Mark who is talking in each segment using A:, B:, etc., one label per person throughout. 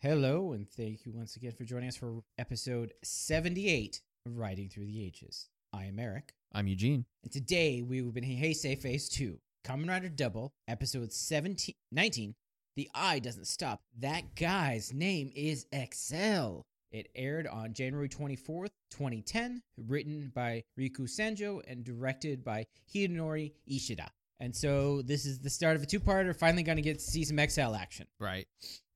A: Hello, and thank you once again for joining us for episode 78 of Riding Through the Ages. I am Eric,
B: I'm Eugene.
A: and today we've been Heisei Phase 2, Kamen Rider Double, episode 17, 19. The Eye Doesn't Stop. That guy's name is Excel. It aired on January 24th, 2010, written by Riku Sanjo and directed by Hidenori Ishida. And so this is the start of a two-parter. Finally going to get to see some XL action
B: Right.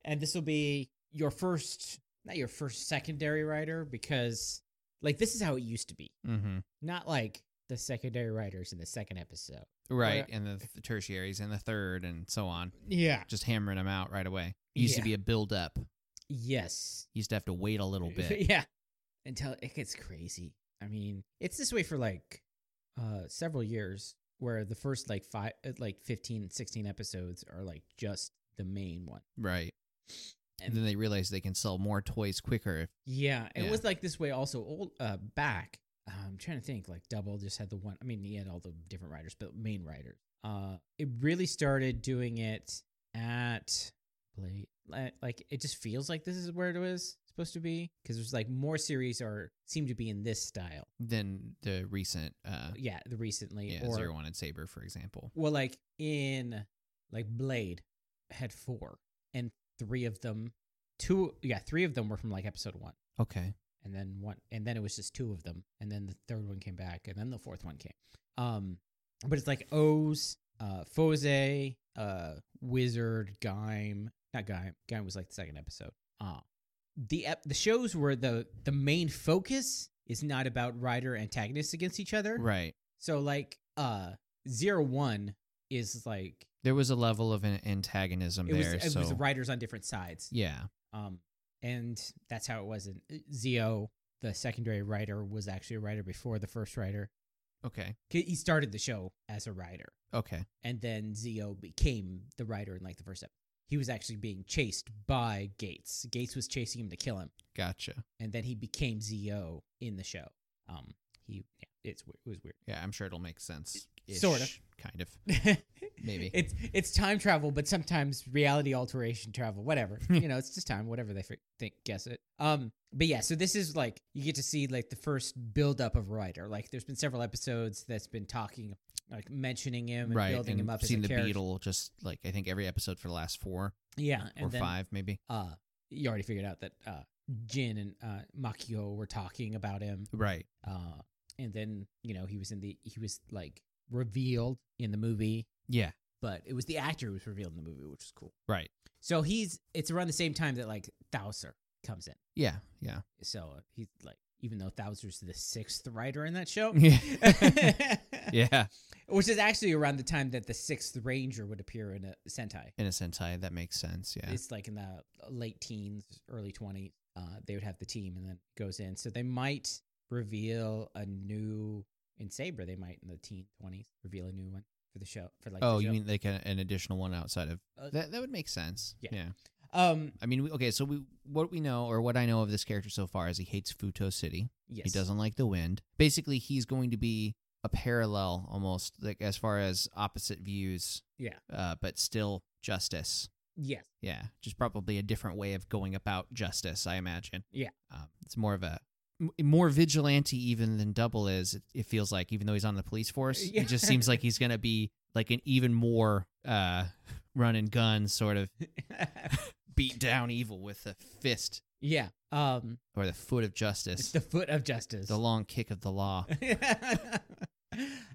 A: and this will be your first not your first secondary writer because like this is how it used to be
B: Mm-hmm.
A: not like the secondary writers in the second episode
B: Right.
A: Right.
B: And the, the tertiaries and the third and so on.
A: yeah
B: Just hammering them out right away. It used
A: Yeah.
B: to be a build up.
A: yes
B: You used to have to wait a little bit.
A: yeah until it gets crazy i mean it's this way for like uh several years where the first like five uh, like 15 16 episodes are like just the main one
B: right. And
A: And-
B: then they realized they can sell more toys quicker. If,
A: Yeah, it
B: Yeah.
A: was like this way also old uh back. uh, I'm trying to think like Double just had the one I mean he had all the different writers but main writers. Uh it really started doing it at Blade li- like it just feels like this is where it was supposed to be cuz there's like more series are seem to be in this style.
B: than the recent uh,
A: Yeah, the recently
B: yeah,
A: or
B: Zero One and Saber, for example.
A: well like in like Blade had 4 and 3 of them two yeah, 3 of them were from like episode 1.
B: Okay.
A: and then one and then it was just two of them and then the third one came back and then the fourth one came um but it's like o's uh Fose, uh wizard gaim not gaim gaim was like the second episode uh the ep- the shows where the the main focus is not about rider antagonists against each other
B: Right.
A: so like uh zero one is like
B: There was a level of an antagonism
A: it was
B: there.
A: it
B: so
A: was riders on different sides
B: yeah.
A: um, and that's how it was in uh, Zio. The secondary writer was actually a writer before the first writer.
B: Okay.
A: 'Kay, He started the show as a writer,
B: Okay.
A: and then Zio became the writer in like the first episode. He was actually being chased by Gates. Gates was chasing him to kill him,
B: Gotcha.
A: and then he became Zio in the show. Um, he yeah, it's weird- it was
B: Yeah, I'm sure it'll make sense.
A: Sorta.
B: Kind of.
A: weird.
B: Maybe.
A: it's it's time travel, but sometimes reality alteration travel, whatever. you know, it's just time, whatever they fi- think, guess it. Um, but yeah, so this is like you get to see like the first build up of Ryder. Like, there's been several episodes that's been talking, like mentioning him and
B: right.
A: building
B: and
A: him up
B: seen
A: as a
B: the
A: character.
B: Beetle just like I think every episode for the last four
A: yeah, and
B: or
A: then,
B: five maybe.
A: Uh, you already figured out that uh, Jin and uh, Makio were talking about him.
B: Right.
A: Uh, and then you know he was in the he was like revealed in the movie,
B: Yeah.
A: but it was the actor who was revealed in the movie, which is cool.
B: Right.
A: So he's it's around the same time that like Thouser comes in.
B: Yeah. Yeah.
A: So he's like, even though Thouser's the sixth writer in that show,
B: Yeah. yeah.
A: which is actually around the time that the sixth ranger would appear in a Sentai.
B: In a Sentai, that makes sense. Yeah.
A: It's like in the late teens, early twenties. Uh, they would have the team, and then it goes in. So they might reveal a new in Saber. They might in the teen twenties reveal a new one for the show. For like, the
B: oh, you
A: show.
B: mean like a, an additional one outside of
A: Uh,
B: that? That would make sense.
A: yeah.
B: yeah.
A: um,
B: I mean, we, okay. So we what we know or what I know of this character so far is he hates Futo City.
A: yes,
B: He doesn't like the wind. Basically, he's going to be a parallel almost like as far as opposite views.
A: Yeah.
B: Uh, but still justice.
A: yes,
B: Yeah, just probably a different way of going about justice, I imagine.
A: Yeah.
B: um, it's more of a m- more vigilante even than Double is. It, it feels like, even though he's on the police force,
A: Yeah.
B: it just seems like he's gonna be like an even more uh, run and gun sort of beat down evil with the fist
A: yeah. Um,
B: or the foot of
A: it's
B: justice,
A: the foot of justice.
B: the long kick of the law.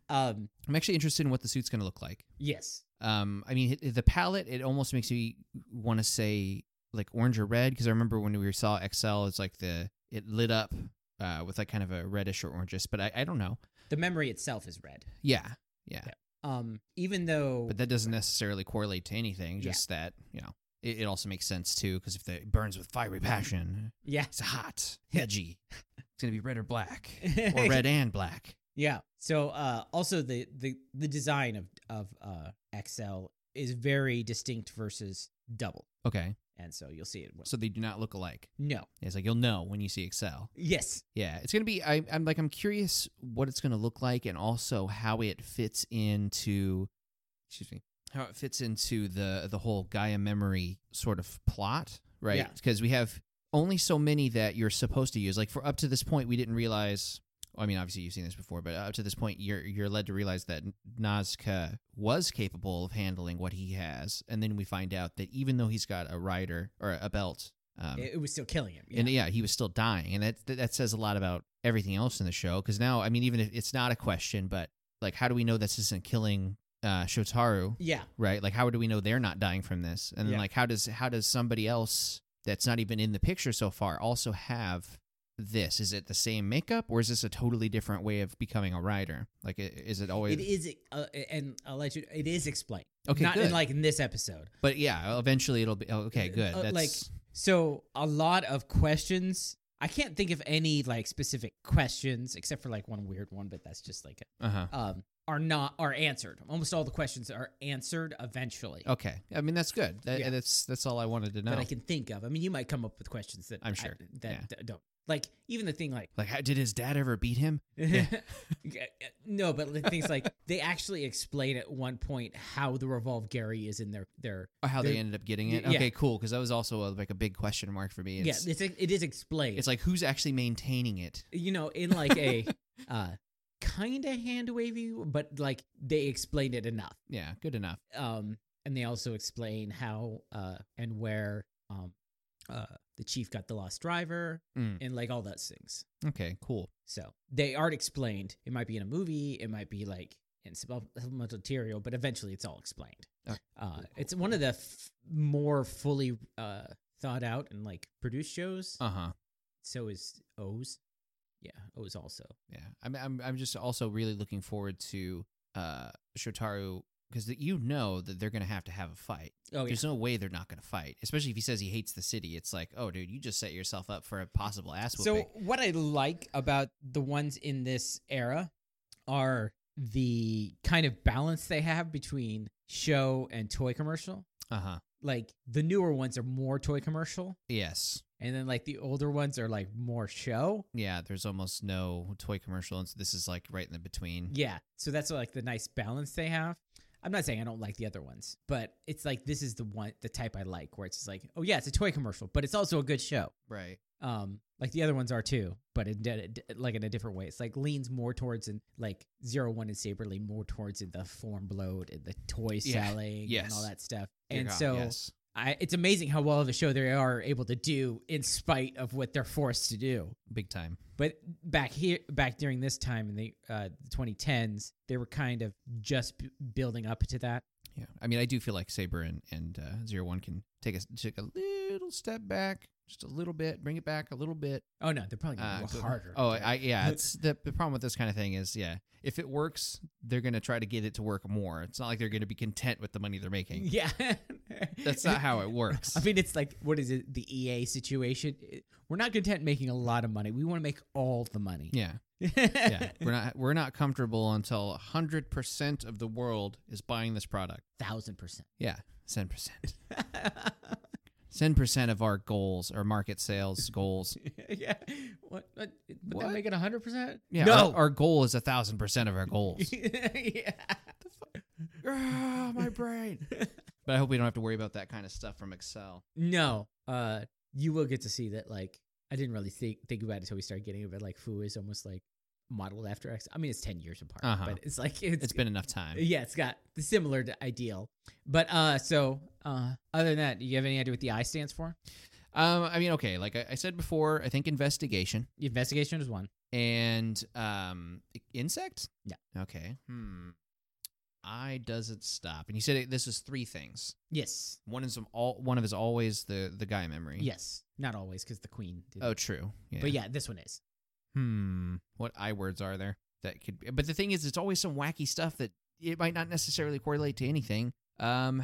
A: um,
B: I'm actually interested in what the suit's gonna look like.
A: yes.
B: Um, I mean, h- the palette, it almost makes me want to say like orange or red because I remember when we saw XL, it's like the it lit up uh, with like kind of a reddish or orangish, but I, I don't know.
A: The memory itself is red.
B: Yeah, yeah,
A: Yeah. Um, even though
B: but that doesn't necessarily correlate to anything.
A: Yeah.
B: Just that you know, it, it also makes sense too because if the, it burns with fiery passion,
A: yeah,
B: it's hot, edgy. it's gonna be red or black, or red and black.
A: yeah. So uh, also the the the design of of uh XL is very distinct versus double,
B: Okay,
A: and so you'll see it. when-
B: so they do not look alike.
A: no.
B: It's like you'll know when you see Excel.
A: Yes.
B: Yeah, it's gonna be. I, I'm like, I'm curious what it's gonna look like, and also how it fits into, excuse me, how it fits into the the whole Gaia memory sort of plot, right?
A: Yeah.
B: Because we have only so many that you're supposed to use. Like for up to this point, we didn't realize. I mean, obviously you've seen this before, but up to this point, you're you're led to realize that Nazca was capable of handling what he has, and then we find out that even though he's got a rider or a belt, um,
A: it, it was still killing him. Yeah.
B: and yeah, he was still dying, and that that- that says a lot about everything else in the show. Because now, I mean, even if it's not a question, but like, how do we know this isn't killing uh, Shotaru?
A: yeah.
B: right like how do we know they're not dying from this and then
A: Yeah.
B: like how does how does somebody else that's not even in the picture so far also have this is it the same makeup or is this a totally different way of becoming a writer like i- is it always
A: It is, uh, and I'll let you. It is explained,
B: okay
A: not in
B: good.
A: like in this episode.
B: but yeah eventually it'll be oh, okay good
A: Uh,
B: that's
A: like- So a lot of questions. I can't think of any like specific questions except for like one weird one, but that's just like
B: uh-huh
A: um are not are answered. Almost all the questions are answered eventually
B: okay i mean that's good that,
A: Yeah.
B: that's that's all i wanted to know
A: that I can think of. I mean, you might come up with questions that
B: I'm
A: I-
B: sure.
A: that
B: Yeah.
A: d- don't like even the thing like
B: like how, did his dad ever beat him Yeah.
A: Yeah, no, but the things like they actually explain at one point how the revolve Gary is in their their
B: or how they
A: They're-
B: ended up getting it
A: Yeah.
B: okay cool because that was also a, like a big question mark for me it's,
A: yeah it's it is explained.
B: it's like who's actually maintaining it
A: you know, in like a uh kind of hand wavy, but like they explained it enough.
B: yeah good enough
A: Um, and they also explain how uh and where um uh the chief got the lost driver
B: Mm.
A: and like all those things.
B: okay cool
A: So they aren't explained. It might be in a movie. It might be like in supplemental material, but eventually it's all explained.
B: Oh,
A: Uh,
B: cool,
A: it's one of the f- more fully uh thought out and like produced shows.
B: Uh-huh.
A: So is O's. Yeah, O's also.
B: Yeah. I'm I'm I'm just also really looking forward to uh Shotaru because you know that they're going to have to have a fight.
A: Oh yeah.
B: There's no way they're not going to fight, especially if he says he hates the city. It's like, "Oh, dude, you just set yourself up for a possible ass
A: So
B: whooping."
A: what I like about the ones in this era are the kind of balance they have between show and toy commercial.
B: uh-huh.
A: Like the newer ones are more toy commercial,
B: Yes.
A: and then like the older ones are like more show.
B: Yeah, there's almost no toy commercial and this is like right in the between.
A: Yeah. So that's like the nice balance they have. I'm not saying I don't like the other ones, but it's like this is the one the type I like where it's just like, oh yeah, it's a toy commercial, but it's also a good show.
B: Right.
A: um like the other ones are too but in di- di- like in a different way it's like leans more towards and like zero one and saber lean more towards in the form bloat and the toy
B: Yeah,
A: selling and all
B: yes.
A: that stuff
B: Dear
A: and
B: God,
A: so
B: yes.
A: I, it's amazing how well of a show they are able to do in spite of what they're forced to do
B: big time.
A: but back here back during this time in the uh, 2010s they were kind of just b- building up to that
B: Yeah. I mean, I do feel like Saber and and uh, Zero One can take a take a little step back, just a little bit, bring it back a little bit.
A: oh no they're probably going a
B: Uh,
A: little
B: go-
A: harder
B: Oh, I, yeah. It's the, the problem with this kind of thing is, yeah, if it works, they're going to try to get it to work more. It's not like they're going to be content with the money they're making.
A: yeah
B: That's not how it works.
A: I mean, it's like what is it? The EA situation. It- We're not content making a lot of money. We want to make all the money.
B: Yeah, yeah. We're not we're not comfortable until hundred percent of the world is buying this product.
A: thousand percent.
B: Yeah, ten percent, ten percent of our goals, our market sales goals.
A: yeah. What? what but
B: What?
A: they make it hundred percent.
B: Yeah,
A: No.
B: our, our goal is a thousand percent of our goals.
A: yeah.
B: Ah, my brain. But I hope we don't have to worry about that kind of stuff from Excel.
A: No. Uh, you will get to see that. Like, I didn't really think think about it until we started getting it. But like, Fu is almost like modeled after X. I mean, it's ten years apart,
B: Uh-huh.
A: but it's like
B: It's been enough time.
A: Yeah, it's got the similar to ideal. But uh so uh other than that, do you have any idea what the I stands for?
B: Um, I mean, okay, like I, I said before, I think investigation
A: Investigation is one.
B: and um, insect.
A: Yeah.
B: Okay. Hmm. I doesn't stop. And you said it, this is three things.
A: Yes.
B: One is all. One of is always the the guy memory.
A: Yes. Not always because the queen did.
B: Oh, true. Yeah.
A: But yeah, this one is.
B: Hmm. What I words are there that could? Be, but the thing is, it's always some wacky stuff that it might not necessarily correlate to anything. Um,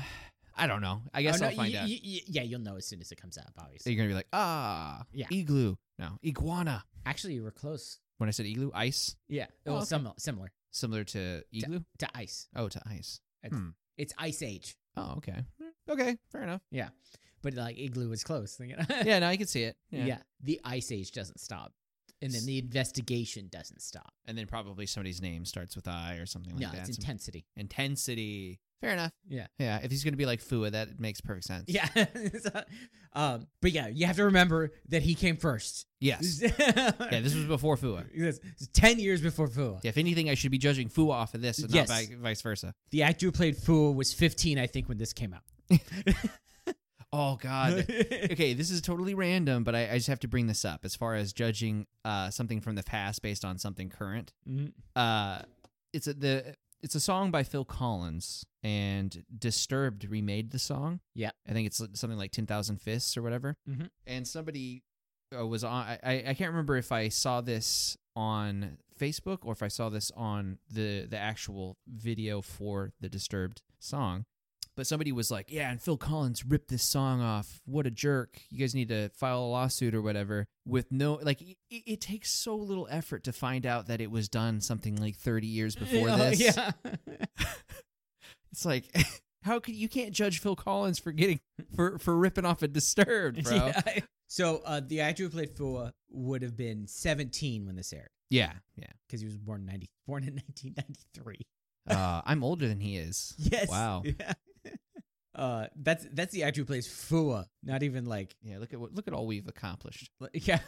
B: I don't know. I guess
A: Oh, no,
B: I'll find
A: y-
B: out.
A: y- y- yeah, you'll know as soon as it comes up,
B: so
A: obviously.
B: you're gonna be like, ah,
A: Yeah.
B: igloo. No, iguana.
A: Actually, you were close.
B: When I said igloo, ice,
A: Yeah.
B: Oh,
A: well,
B: okay.
A: some, similar
B: similar to igloo.
A: to ice.
B: Oh, to ice.
A: It's,
B: Hmm.
A: it's ice age,
B: Oh, okay. Okay, fair enough.
A: but like igloo is close. yeah.
B: Yeah, no, I can see it.
A: yeah. The ice age doesn't stop. and then the investigation doesn't stop.
B: And then probably somebody's name starts with I or something like
A: no,
B: that.
A: it's
B: Some-
A: intensity.
B: intensity. Fair enough.
A: Yeah.
B: Yeah. If he's going to be like Fua, that makes perfect sense.
A: Yeah. So, um, but yeah, you have to remember that he came first.
B: Yes. yeah. This was before Fua.
A: Yes, it's 10 years before Fua.
B: If anything, I should be judging Fua off of this and
A: Yes.
B: not vi- vice versa.
A: The actor who played Fua was 15, I think, when this came out.
B: Oh, God. okay. This is totally random, but I, I just have to bring this up as far as judging uh, something from the past based on something current.
A: Mhm.
B: Uh, it's a, the. It's a song by Phil Collins, and Disturbed remade the song.
A: Yeah.
B: I think it's something like Ten Thousand Fists or whatever.
A: Mhm.
B: And somebody uh, was on. I, I I can't remember if I saw this on Facebook or if I saw this on the the actual video for the Disturbed song. But somebody was like, "Yeah, and Phil Collins ripped this song off. What a jerk! You guys need to file a lawsuit or whatever." With no, like, it, it takes so little effort to find out that it was done something like thirty years before
A: Oh,
B: this.
A: Yeah.
B: It's like, how could you can't judge Phil Collins for getting for for ripping off a Disturbed, bro? Yeah,
A: Yeah. So uh, the actor who played Fua would have been 17 when this aired
B: yeah.
A: because he was born, in 90, born in 1993.
B: Uh, I'm older than he is.
A: Yes.
B: Wow.
A: Yeah. Uh, that's that's the actor who plays Fua, not even like
B: Yeah, look at what look at all we've accomplished.
A: Like, Yeah.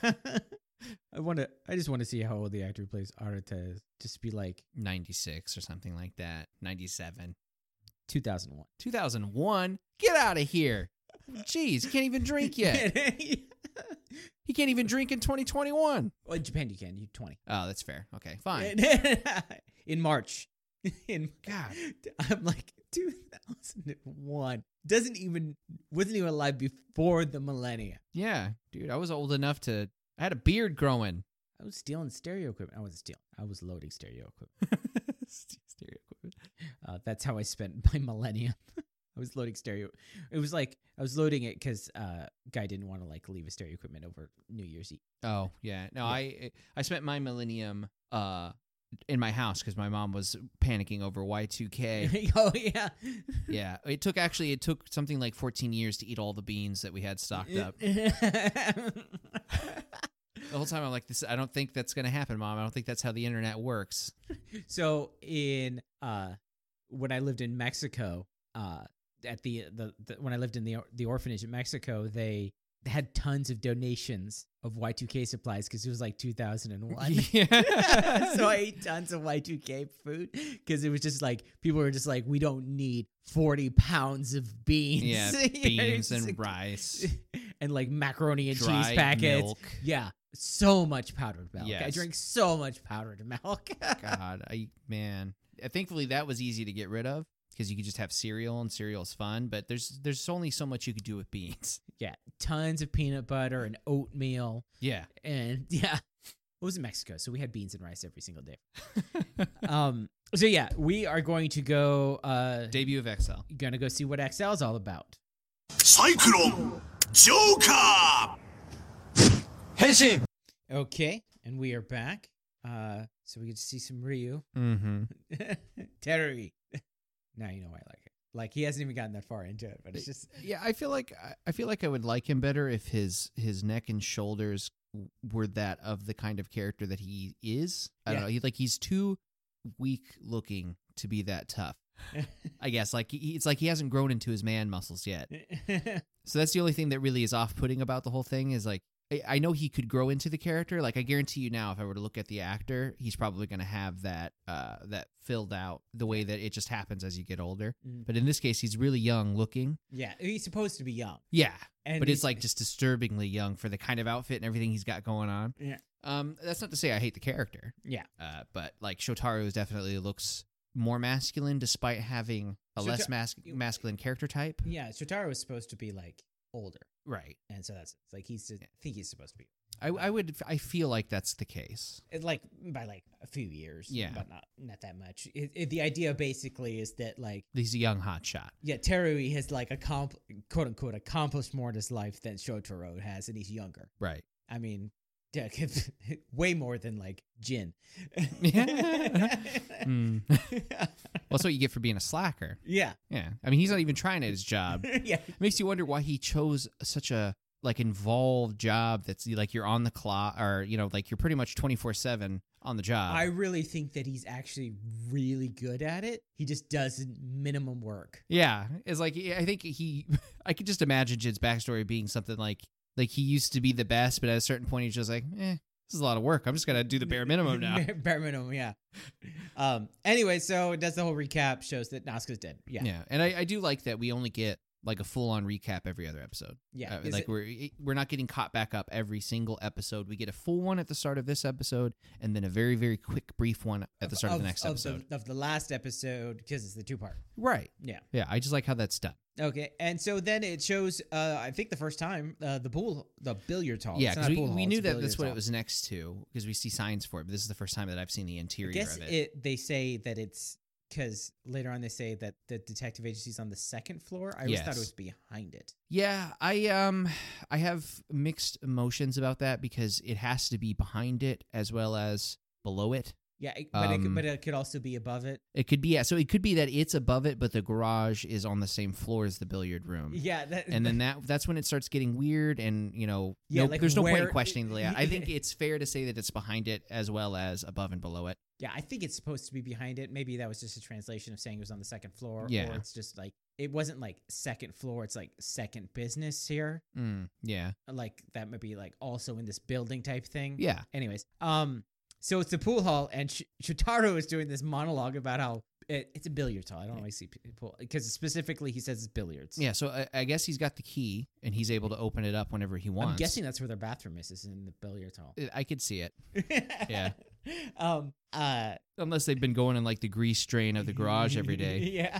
A: I want to. I just want to see how old the actor who plays Arata is. Just be like
B: 96 or something like that. 97.
A: 2001.
B: 2001. Get out of here. Jeez, can't even drink yet. He can't even drink in 2021.
A: well, in Japan, you can. You 20.
B: Oh, that's fair. Okay, fine.
A: in March. In
B: God.
A: I'm like 2001. Doesn't even wasn't even alive before the millennia.
B: Yeah, dude, I was old enough to. I had a beard growing.
A: I was stealing stereo equipment. I wasn't stealing. I was loading stereo equipment.
B: Stereo equipment.
A: Uh, that's how I spent my millennium. I was loading stereo. It was like I was loading it because uh, guy didn't want to like leave his stereo equipment over New Year's Eve.
B: Oh yeah, no,
A: Yeah.
B: I I spent my millennium uh in my house because my mom was panicking over Y two K.
A: oh yeah,
B: Yeah, it took actually it took something like fourteen years to eat all the beans that we had stocked up. The whole time I'm like, this I don't think that's gonna happen, mom. I don't think that's how the internet works.
A: so in uh, when I lived in Mexico, uh, at the, the the when I lived in the or- the orphanage in Mexico, they had tons of donations of Y2K supplies because it was like 2001.
B: Yeah.
A: so I ate tons of Y2K food because it was just like people were just like, we don't need 40 pounds of beans.
B: yeah,
A: You know, it's
B: beans and
A: like-
B: rice,
A: and like macaroni and
B: dried
A: cheese packets.
B: milk.
A: Yeah, so much powdered milk. I
B: Yes.
A: drank so much powdered milk.
B: God, I man. Uh, Thankfully, that was easy to get rid of because you could just have cereal and cereal's fun. But there's there's only so much you could do with beans.
A: yeah, tons of peanut butter and oatmeal.
B: Yeah.
A: And yeah, it was in Mexico, so we had beans and rice every single day. um, so yeah, we are going to go. uh
B: Debut of XL.
A: Gonna go see what XL is all about.
C: サイクロンジョーカー変身
A: Okay, and we are back. Uh, so we get to see some Ryu.
B: Mm-hmm.
A: Terry. now you know why I like it. Like he hasn't even gotten that far into it, but it's just
B: Yeah, I feel like I- I feel like I would like him better if his his neck and shoulders w- were that of the kind of character that he is. I
A: Yeah.
B: don't know. He, like he's too weak looking to be that tough. I guess like he, it's like he hasn't grown into his man muscles yet.
A: Mm.
B: So that's the only thing that really is off putting about the whole thing is like I, I know he could grow into the character. Like I guarantee you now, if I were to look at the actor, he's probably going to have that uh that filled out the way that it just happens as you get older.
A: Mm.
B: But in this case, he's really young looking.
A: yeah, he's supposed to be young,
B: Yeah,
A: and
B: but it's
A: he's-
B: like just disturbingly young for the kind of outfit and everything he's got going on.
A: Yeah.
B: Um, that's not to say I hate the character.
A: Yeah.
B: Uh, but like Shotaro definitely looks more masculine despite having a
A: Shota-
B: less mas-
A: you-
B: masculine character type.
A: yeah, Shotaro is supposed to be like older,
B: Right.
A: and so that's it's like he's I think he's supposed to be
B: I, I would I feel like that's the case.
A: it, like by like a few years,
B: Yeah.
A: but not not that much. It, it, the idea basically is that like
B: He's a young hotshot.
A: yeah, Terry has like accomp- quote unquote accomplished more in his life than Shotaro has, and he's younger.
B: Right.
A: I mean, yeah, 'cause- way more than like gin.
B: Mm. well, that's what you get for being a slacker.
A: yeah,
B: Yeah. I mean, he's not even trying at his job.
A: yeah,
B: Makes you wonder why he chose such a like involved job that's like you're on the clock or you know like you're pretty much 24/7 on the job.
A: I really think that he's actually really good at it. He just does minimum work.
B: yeah, it's like I think he I could just imagine Jid's backstory being something like like he used to be the best but at a certain point he's just like, "Eh, this is a lot of work. I'm just going to do the bare minimum now."
A: Bare- Bare minimum, yeah. Um. Anyway, so it does the whole recap, shows that Nazca's dead. Yeah,
B: Yeah.
A: yeah.
B: And I, I do like that we only get like a full on recap every other episode. Uh,
A: Is
B: like
A: it-
B: we're we're not getting caught back up every single episode. We get a full one at the start of this episode, and then a very very quick brief one at the start of, the next episode.
A: of the last episode because it's the two part.
B: Right.
A: Yeah.
B: Yeah. I just like how that's done.
A: Okay, and so then it shows. Uh, I think the first time uh, the pool, the billiard hall. Oh,
B: yeah,
A: It's not
B: because
A: a
B: we,
A: pool
B: we
A: hall,
B: knew
A: it's a
B: that that's
A: billiards
B: what
A: hall.
B: it was next to because we see signs for it. But this is the first time that I've seen the
A: I
B: interior
A: guess
B: of
A: it.
B: it.
A: They say that it's because later on they say that the detective agency's on the second floor. I always thought
B: Yes.
A: it was behind it.
B: Yeah, I um I have mixed emotions about that because it has to be behind it as well as below it.
A: Yeah, it- but it, could-
B: Um,
A: but it could also be above it.
B: It could be yeah, so it could be that it's above it, but the garage is on the same floor as the billiard room.
A: Yeah, that,
B: um, and then that that's when it starts getting weird and you know
A: Yeah,
B: no-
A: like
B: there's no point
A: where-
B: in questioning the layout i think it's fair to say that it's behind it as well as above and below it
A: yeah, I think it's supposed to be behind it. Maybe that was just a translation of saying it was on the second floor.
B: Yeah.
A: or it's just like it wasn't like second floor. It's like second business here.
B: mm, yeah
A: Like that might be like also in this building type thing.
B: yeah
A: Anyways, um, so it's the pool hall, and Sh- Shotaro is doing this monologue about how it, it's a billiards hall. I don't always see p- pool because specifically he says it's billiards.
B: yeah so I, I guess he's got the key and he's able to open it up whenever he wants
A: I'm guessing that's where their bathroom is, is in the billiards hall.
B: I- i could see it Yeah.
A: Um. Uh.
B: unless they've been going in like the grease drain of the garage every day
A: yeah.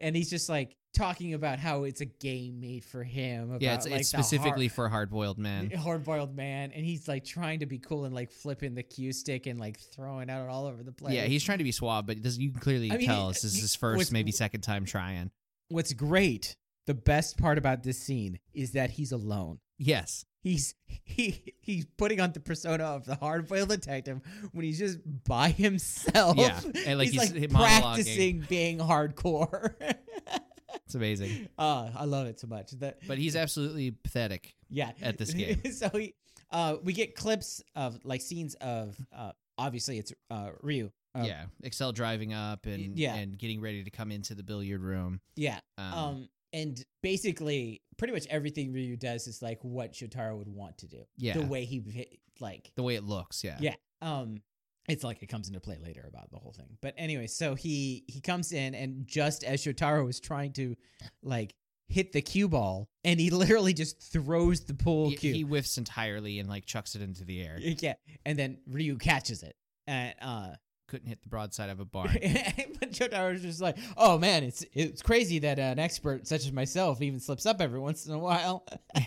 A: And he's just like talking about how it's a game made for him. About,
B: yeah it's,
A: like,
B: it's
A: the har-
B: specifically for hard-boiled men
A: hard-boiled man, and he's like trying to be cool and like flipping the cue stick and like throwing out all over the place.
B: yeah he's trying to be suave but this, you can clearly
A: I mean,
B: tell
A: he-
B: this is
A: he-
B: his first
A: with-
B: maybe second time trying
A: what's great, the best part about this scene is that he's alone.
B: yes
A: He's he he's putting on the persona of the hard-boiled detective when he's just by himself.
B: Yeah, and, like, he's monologuing.
A: practicing being hardcore.
B: it's amazing
A: uh, I love it so much. That
B: but he's absolutely pathetic
A: yeah
B: at this game.
A: so he, uh, we get clips of like scenes of uh, obviously it's uh, Ryu. Uh,
B: yeah, Excel driving up and
A: yeah.
B: and getting ready to come into the billiard room.
A: yeah.
B: Um,
A: Um, and basically, pretty much everything Ryu does is like what Shotaro would want to do.
B: yeah,
A: the
B: the way,
A: way he beha- like
B: it looks. Yeah,
A: yeah um it's like it comes into play later about the whole thing but anyway so he he comes in and just as shotaro is trying to like hit the cue ball and he literally just throws the pool
B: He,
A: cue
B: he whiffs entirely and like chucks it into the air.
A: yeah and then ryu catches it and uh
B: Couldn't hit the broadside of a barn.
A: but Shotaro's just like, oh man, it's it's crazy that an expert such as myself even slips up every once in a while.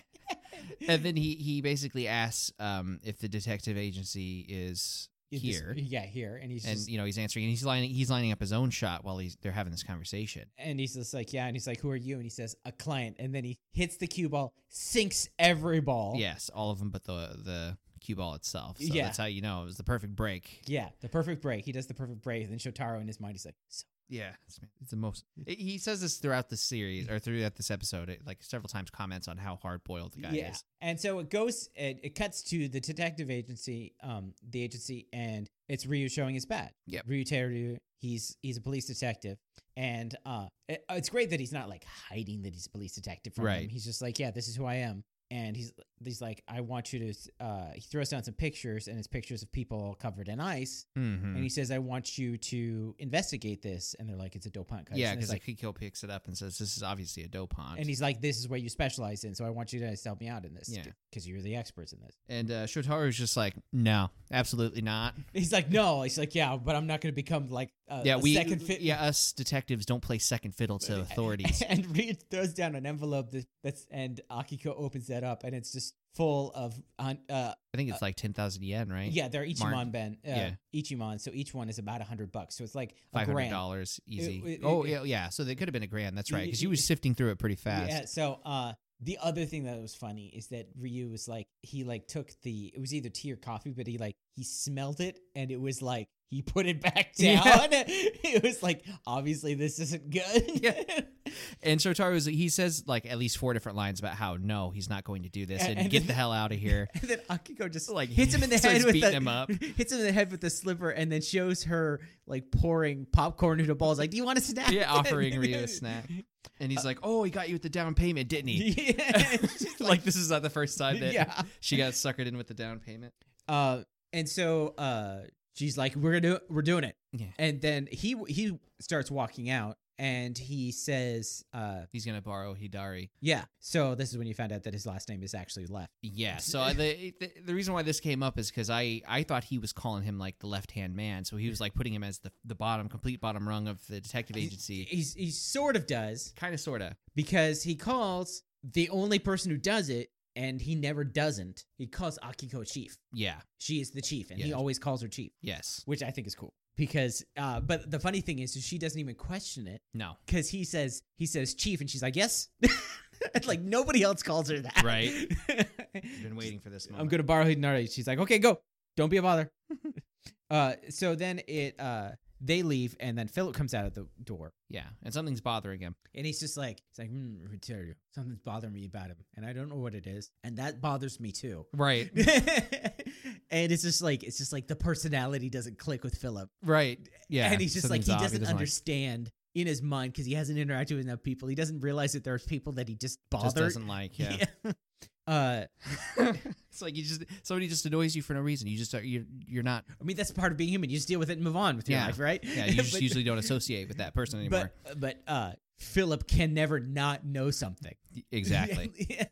B: and then he he basically asks um, if the detective agency is
A: It's-
B: here,
A: yeah, here, and he's
B: and
A: just,
B: you know he's answering, and he's lining he's lining up his own shot while he's they're having this conversation.
A: And he's just like, yeah. And he's like, who are you? And he says, a client. And then he hits the cue ball, sinks every ball.
B: Yes, all of them, but the the cue ball itself. So
A: Yeah.
B: that's how you know it was the perfect break.
A: Yeah. The perfect break. He does the perfect break. And then Shotaro in his mind, he's like, so
B: Yeah, it's, it's the most. it- he says this throughout the series or throughout this episode, it, like several times, comments on how hard boiled the guy
A: yeah.
B: is.
A: And so it goes, it, it cuts to the detective agency, um, the agency, and it's Ryu showing his badge.
B: Yep.
A: Ryu Teru, he's, he's a police detective. And uh, it- it's great that he's not like hiding that he's a police detective from him.
B: Right.
A: He's just like, yeah, this is who I am. And he's he's like, I want you to. Uh, he throws down some pictures, and it's pictures of people covered in ice.
B: Mm-hmm.
A: and he says, "I want you to investigate this." And they're like, "It's a dopant case."
B: Yeah,
A: and it's
B: because
A: like,
B: like, Kiko picks it up and says, "This is obviously a dopant."
A: and he's like, "This is where you specialize in, so I want you guys to help me out in this,
B: Yeah.
A: because you're the experts in this."
B: and uh, Shotaro's just like, "No, absolutely not."
A: He's like, "No," he's like, "Yeah, but I'm not going to become like uh,
B: yeah,
A: a
B: we
A: second fit."
B: yeah us detectives don't play second fiddle to authorities.
A: And Reed throws down an envelope that, that's and Akiko opens that up, and it's just full of uh, uh
B: I think it's like ten thousand yen, right?
A: yeah, they're Ichimon
B: Mark-
A: Ben, uh,
B: yeah.
A: Ichimon. So each one is about a hundred bucks. So it's like a
B: Five hundred
A: grand.
B: dollars, easy.
A: it-
B: oh
A: it-
B: yeah, yeah. So they could have been a grand. That's right, because you
A: it-
B: were sifting through it pretty fast.
A: Yeah. So, uh, the other thing that was funny is that Ryu was like, he like took the, it was either tea or coffee, but he like, he smelled it and it was like, he put it back down.
B: Yeah.
A: it was like, obviously this isn't good.
B: Yeah. and Shotaru, he says like at least four different lines about how no, he's not going to do this,
A: And-
B: and,
A: and
B: get
A: then-
B: the hell out of here.
A: And then Akiko just like
B: Like,
A: hits him in the
B: starts
A: head with
B: beating
A: the,
B: him up.
A: hits him in the head with the slipper, and then shows her like pouring popcorn into balls. Like, do you want a snack?
B: yeah, offering Ryu a snack, and he's like, "Oh, he got you with the down payment, didn't he?"
A: Yeah, it's just
B: like this is not the first time that
A: yeah.
B: she got suckered in with the down payment.
A: Uh, and so uh, she's like, "We're gonna do, we're doing it."
B: Yeah.
A: And then he he starts walking out, and he says, uh,
B: He's gonna borrow Hidari.
A: "Yeah." So this is when you found out that his last name is actually Left.
B: Yeah. So I- the, the the reason why this came up is because I I thought he was calling him like the left hand man, so he was like putting him as the the bottom complete bottom rung of the detective agency.
A: He's he sort of does
B: Kind of, sorta.
A: because he calls the only person who does it, and he never doesn't. He calls Akiko chief.
B: Yeah.
A: She is the chief, and he
B: Yeah.
A: always calls her chief,
B: Yes.
A: which I think is cool because. Uh, but the funny thing is, is she doesn't even question it
B: No.
A: because he says he says chief, and she's like, "Yes." It's like nobody else calls her that,
B: Right. I've
A: Been
B: been waiting for this. Moment.
A: I'm gonna borrow Hidenari. She's like, "Okay, go. Don't be a bother." uh, so then it uh they leave, and then Philip comes out of the door,
B: Yeah, and something's bothering him.
A: and he's just like, "It's like, hmm, Rotario, something's bothering me about him, and I don't know what it is, and that bothers me too."
B: Right.
A: and it's just like it's just like the personality doesn't click with Philip.
B: Right. Yeah.
A: and he's just like
B: something's
A: he
B: off.
A: doesn't,
B: like-
A: understand in his mind because he hasn't interacted with enough people. He doesn't realize that there's people that he just
B: Just
A: bothers.
B: doesn't like. Yeah.
A: uh,
B: it's like you just somebody just annoys you for no reason. You just are, you're you're not.
A: I mean that's part of being human. You just deal with it and move on with your
B: Yeah.
A: life, right?
B: Yeah. You just
A: But-
B: usually don't associate with that person anymore.
A: but but uh, Philip can never not know something.
B: exactly.
A: Yeah.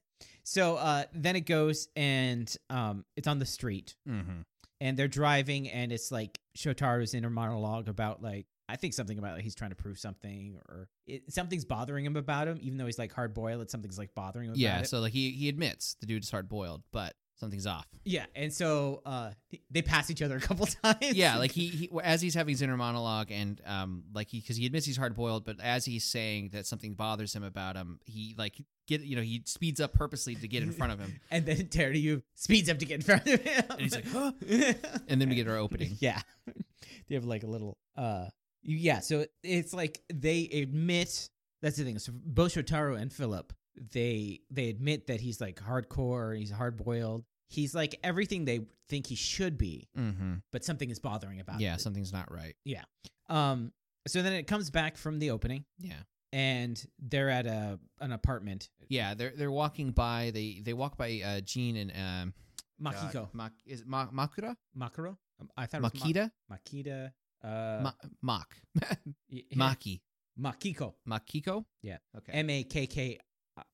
A: So uh, then it goes and um, it's on the street
B: hmm
A: and they're driving and it's like Shotaro's inner monologue about like I think something about like he's trying to prove something or it, something's bothering him about him even though he's like hard boiled something's like bothering him
B: Yeah.
A: about it.
B: So like he he admits the dude is hard boiled, but something's off.
A: yeah and so uh they pass each other a couple times
B: yeah, like he, he as he's having his inner monologue, and um, like he because he admits he's hard boiled, but as he's saying that something bothers him about him, he like get you know he speeds up purposely to get in front of him,
A: and then Terry you speeds up to get in front of him
B: and he's like, huh?
A: like
B: and then we get our opening.
A: Yeah. they have like a little uh yeah, so it's like they admit that's the thing. So both Shotaro and Philip, they they admit that he's like hardcore, he's hard boiled. He's like everything they think he should be,
B: Mm-hmm.
A: but something is bothering about
B: Yeah,
A: it.
B: something's not right.
A: Um so then it comes back from the opening
B: Yeah,
A: and they're at a an apartment.
B: yeah. They're they're walking by. They they walk by uh, Jean and um,
A: Makiko.
B: God, Mak is it Ma- Makura
A: Makuro? Um, I thought it was Ma-
B: Makita
A: Makita. Uh
B: Ma- Mak
A: y- eh,
B: Maki
A: Makiko.
B: Makiko.
A: Yeah.
B: Okay.
A: M A K K.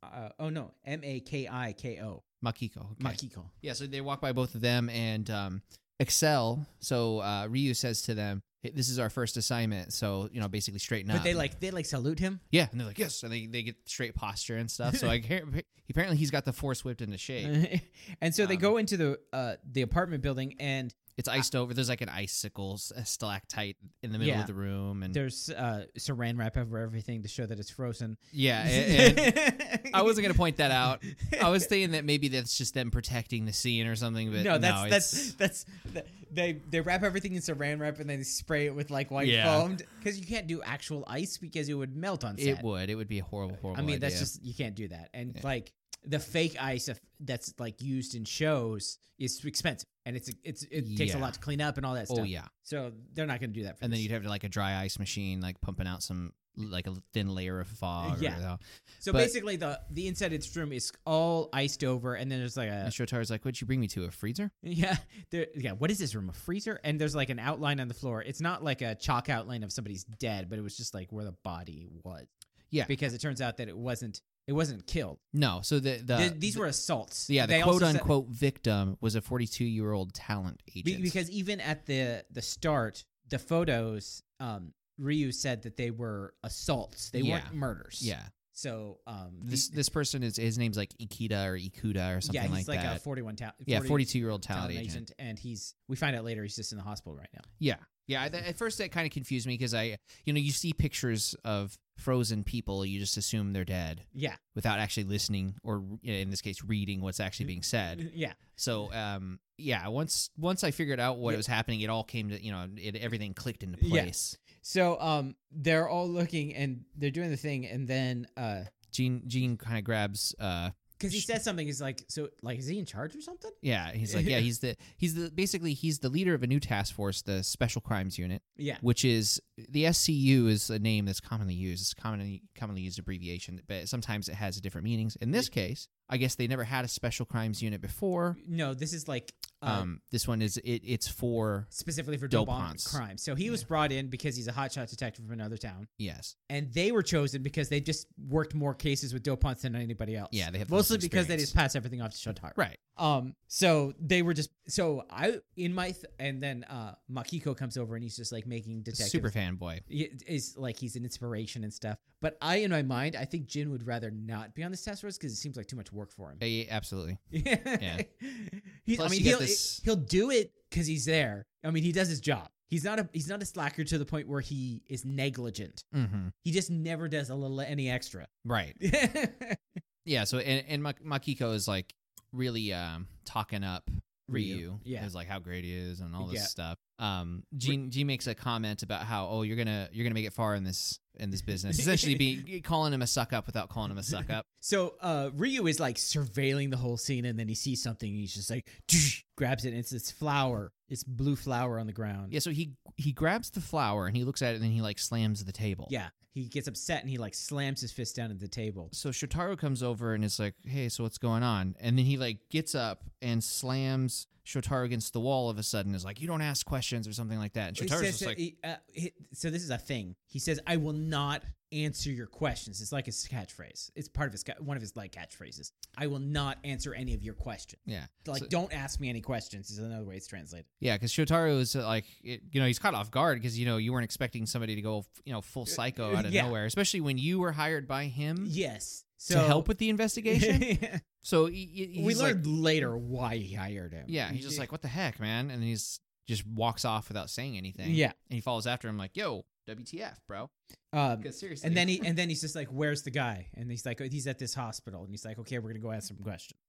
A: uh, Oh no, M A K I K O.
B: Makiko. Okay.
A: Makiko.
B: Yeah, so they walk by both of them and um, Excel. So uh, Ryu says to them, "Hey, "This is our first assignment." So you know, basically straighten up.
A: But they like they like salute him.
B: yeah, and they're like, "Yes," and they, they get straight posture and stuff. So I hear- apparently he's got the force whipped into
A: Uh,
B: shape.
A: and so they
B: Um, Hmm.
A: go into the uh the apartment building and
B: It's iced over. There's like an icicle s- a stalactite in the middle
A: Yeah.
B: of the room, and
A: there's uh saran wrap over everything to show that it's frozen.
B: yeah, and, and I wasn't gonna point that out. I was thinking that maybe that's just them protecting the scene or something, but
A: no, that's
B: it's-
A: that's that's that- they they wrap everything in saran wrap and then they spray it with like white
B: Yeah.
A: foam because you can't do actual ice because it would melt on set.
B: it would it would be a horrible horrible.
A: I mean, that's
B: idea.
A: just you can't do that. And
B: Yeah.
A: like the fake ice of, that's like used in shows is expensive, and it's it's it takes a
B: Yeah.
A: lot to clean up and all that stuff.
B: oh yeah.
A: So they're not going to do that. For
B: and then
A: this.
B: you'd have like a dry ice machine like pumping out some like a thin layer of fog
A: Yeah.
B: or whatever.
A: so
B: but-
A: basically the the inside of this room is all iced over, and then there's like a
B: and Shotaro's like what'd you bring me to a freezer
A: yeah there yeah what is this room a freezer? And there's like an outline on the floor. It's not like a chalk outline of somebody's dead, but it was just like where the body was.
B: Yeah.
A: because it turns out that it wasn't it wasn't killed.
B: no so the Uh, the
A: Th- these were assaults.
B: yeah the
A: They
B: quote
A: also said-
B: unquote victim was a 42 year old talent
A: Be-
B: agent
A: because even at the the start, the photos, um, Ryu said that they were assaults. They
B: Yeah.
A: weren't murders.
B: yeah
A: So um, the-
B: this this person is his name's like Ikeda or Ikuda or something
A: yeah, he's
B: like,
A: like,
B: that
A: a forty-one ta-
B: yeah
A: 40
B: 42 year old
A: talent
B: talent, agent.
A: and he's we find out later he's just in the hospital right now.
B: yeah yeah I- at first that kind of confused me because I you know you see pictures of frozen people you just assume they're dead
A: Yeah,
B: without actually listening or in this case reading what's actually being said
A: yeah,
B: So um yeah, once once I figured out what
A: Yeah.
B: was happening, it all came to you know it, everything clicked into
A: Yeah.
B: place.
A: So um, they're all looking and they're doing the thing, and then because
B: Gene Gene kind of grabs uh
A: he said something, he's like, "So like, is he in charge or something?"
B: yeah he's like yeah he's the he's the basically he's the leader of a new task force the special crimes unit
A: Yeah,
B: which is the SCU is a name that's commonly used it's commonly commonly used abbreviation but sometimes it has different meanings in this case I guess they never had a special crimes unit before
A: no, this is like um,
B: um this one is it it's for
A: specifically for
B: Del
A: Delpont's
B: Ponce.
A: crime. So he was brought in because he's a hotshot detective from another town.
B: yes
A: and they were chosen because they just worked more cases with Dopunts than anybody else.
B: Yeah, they have the
A: mostly
B: most
A: because they
B: experience.
A: just pass everything off to Shantar.
B: right
A: Um. So they were just so I in my th- and then uh Makiko comes over and he's just like making detective
B: super fanboy
A: He is like he's an inspiration and stuff. But I in my mind I think Jin would rather not be on this task force because it seems like too much work for him.
B: Yeah, yeah, absolutely
A: yeah. He's, I
B: Plus
A: mean,
B: you got
A: he'll,
B: this-
A: he'll do it because he's there. I mean, he does his job. He's not a he's not a slacker to the point where he is negligent.
B: mm-hmm.
A: He just never does a little any extra.
B: right
A: Ryu.
B: Yeah, so and and Mak- Makiko is like really um talking up Ryu.
A: Yeah.
B: Is like how great he is and all this
A: Yeah.
B: stuff. Um Gene Gene makes a comment about how oh you're going to you're going to make it far in this in this business. Essentially being calling him a suck up without calling him a suck up.
A: So uh Ryu is like surveilling the whole scene and then he sees something and he's just like grabs it and it's this flower. It's blue flower on the ground.
B: Yeah, so he he grabs the flower and he looks at it and then he like slams the table.
A: Yeah. He gets upset and he like slams his fist down at the table.
B: So Shotaro comes over and is like, "Hey, so what's going on?" And then he like gets up and slams Shotaro against the wall. Of a sudden, and is like, "You don't ask questions" or something like that. And
A: He
B: Shotaro's
A: says
B: just
A: that
B: like,
A: he- uh, he- so this is a thing. He says, "I will not answer your questions." It's like his catchphrase. It's part of his ca- one of his like catchphrases. "I will not answer any of your questions."
B: "Yeah,
A: Like,
B: So-
A: don't ask me any questions. Is another way it's translated.
B: Yeah, because Shotaro is uh, like, it, you know, he's caught off guard because you know you weren't expecting somebody to go, you know, full psycho out of
A: Uh, yeah.
B: nowhere, especially when you were hired by him
A: Yes. So
B: Hmm? to help with the investigation. so he, he- he's
A: we
B: like,
A: learned later why he hired him.
B: yeah, he's just like, what the heck, man, and then he's just walks off without saying anything.
A: yeah.
B: and he follows after him like, yo, WTF, bro?
A: Um,
B: Because seriously,
A: and then he and then he's just like, "Where's the guy?" And he's like, oh, "He's at this hospital." And he's like, "Okay, we're gonna go ask some questions."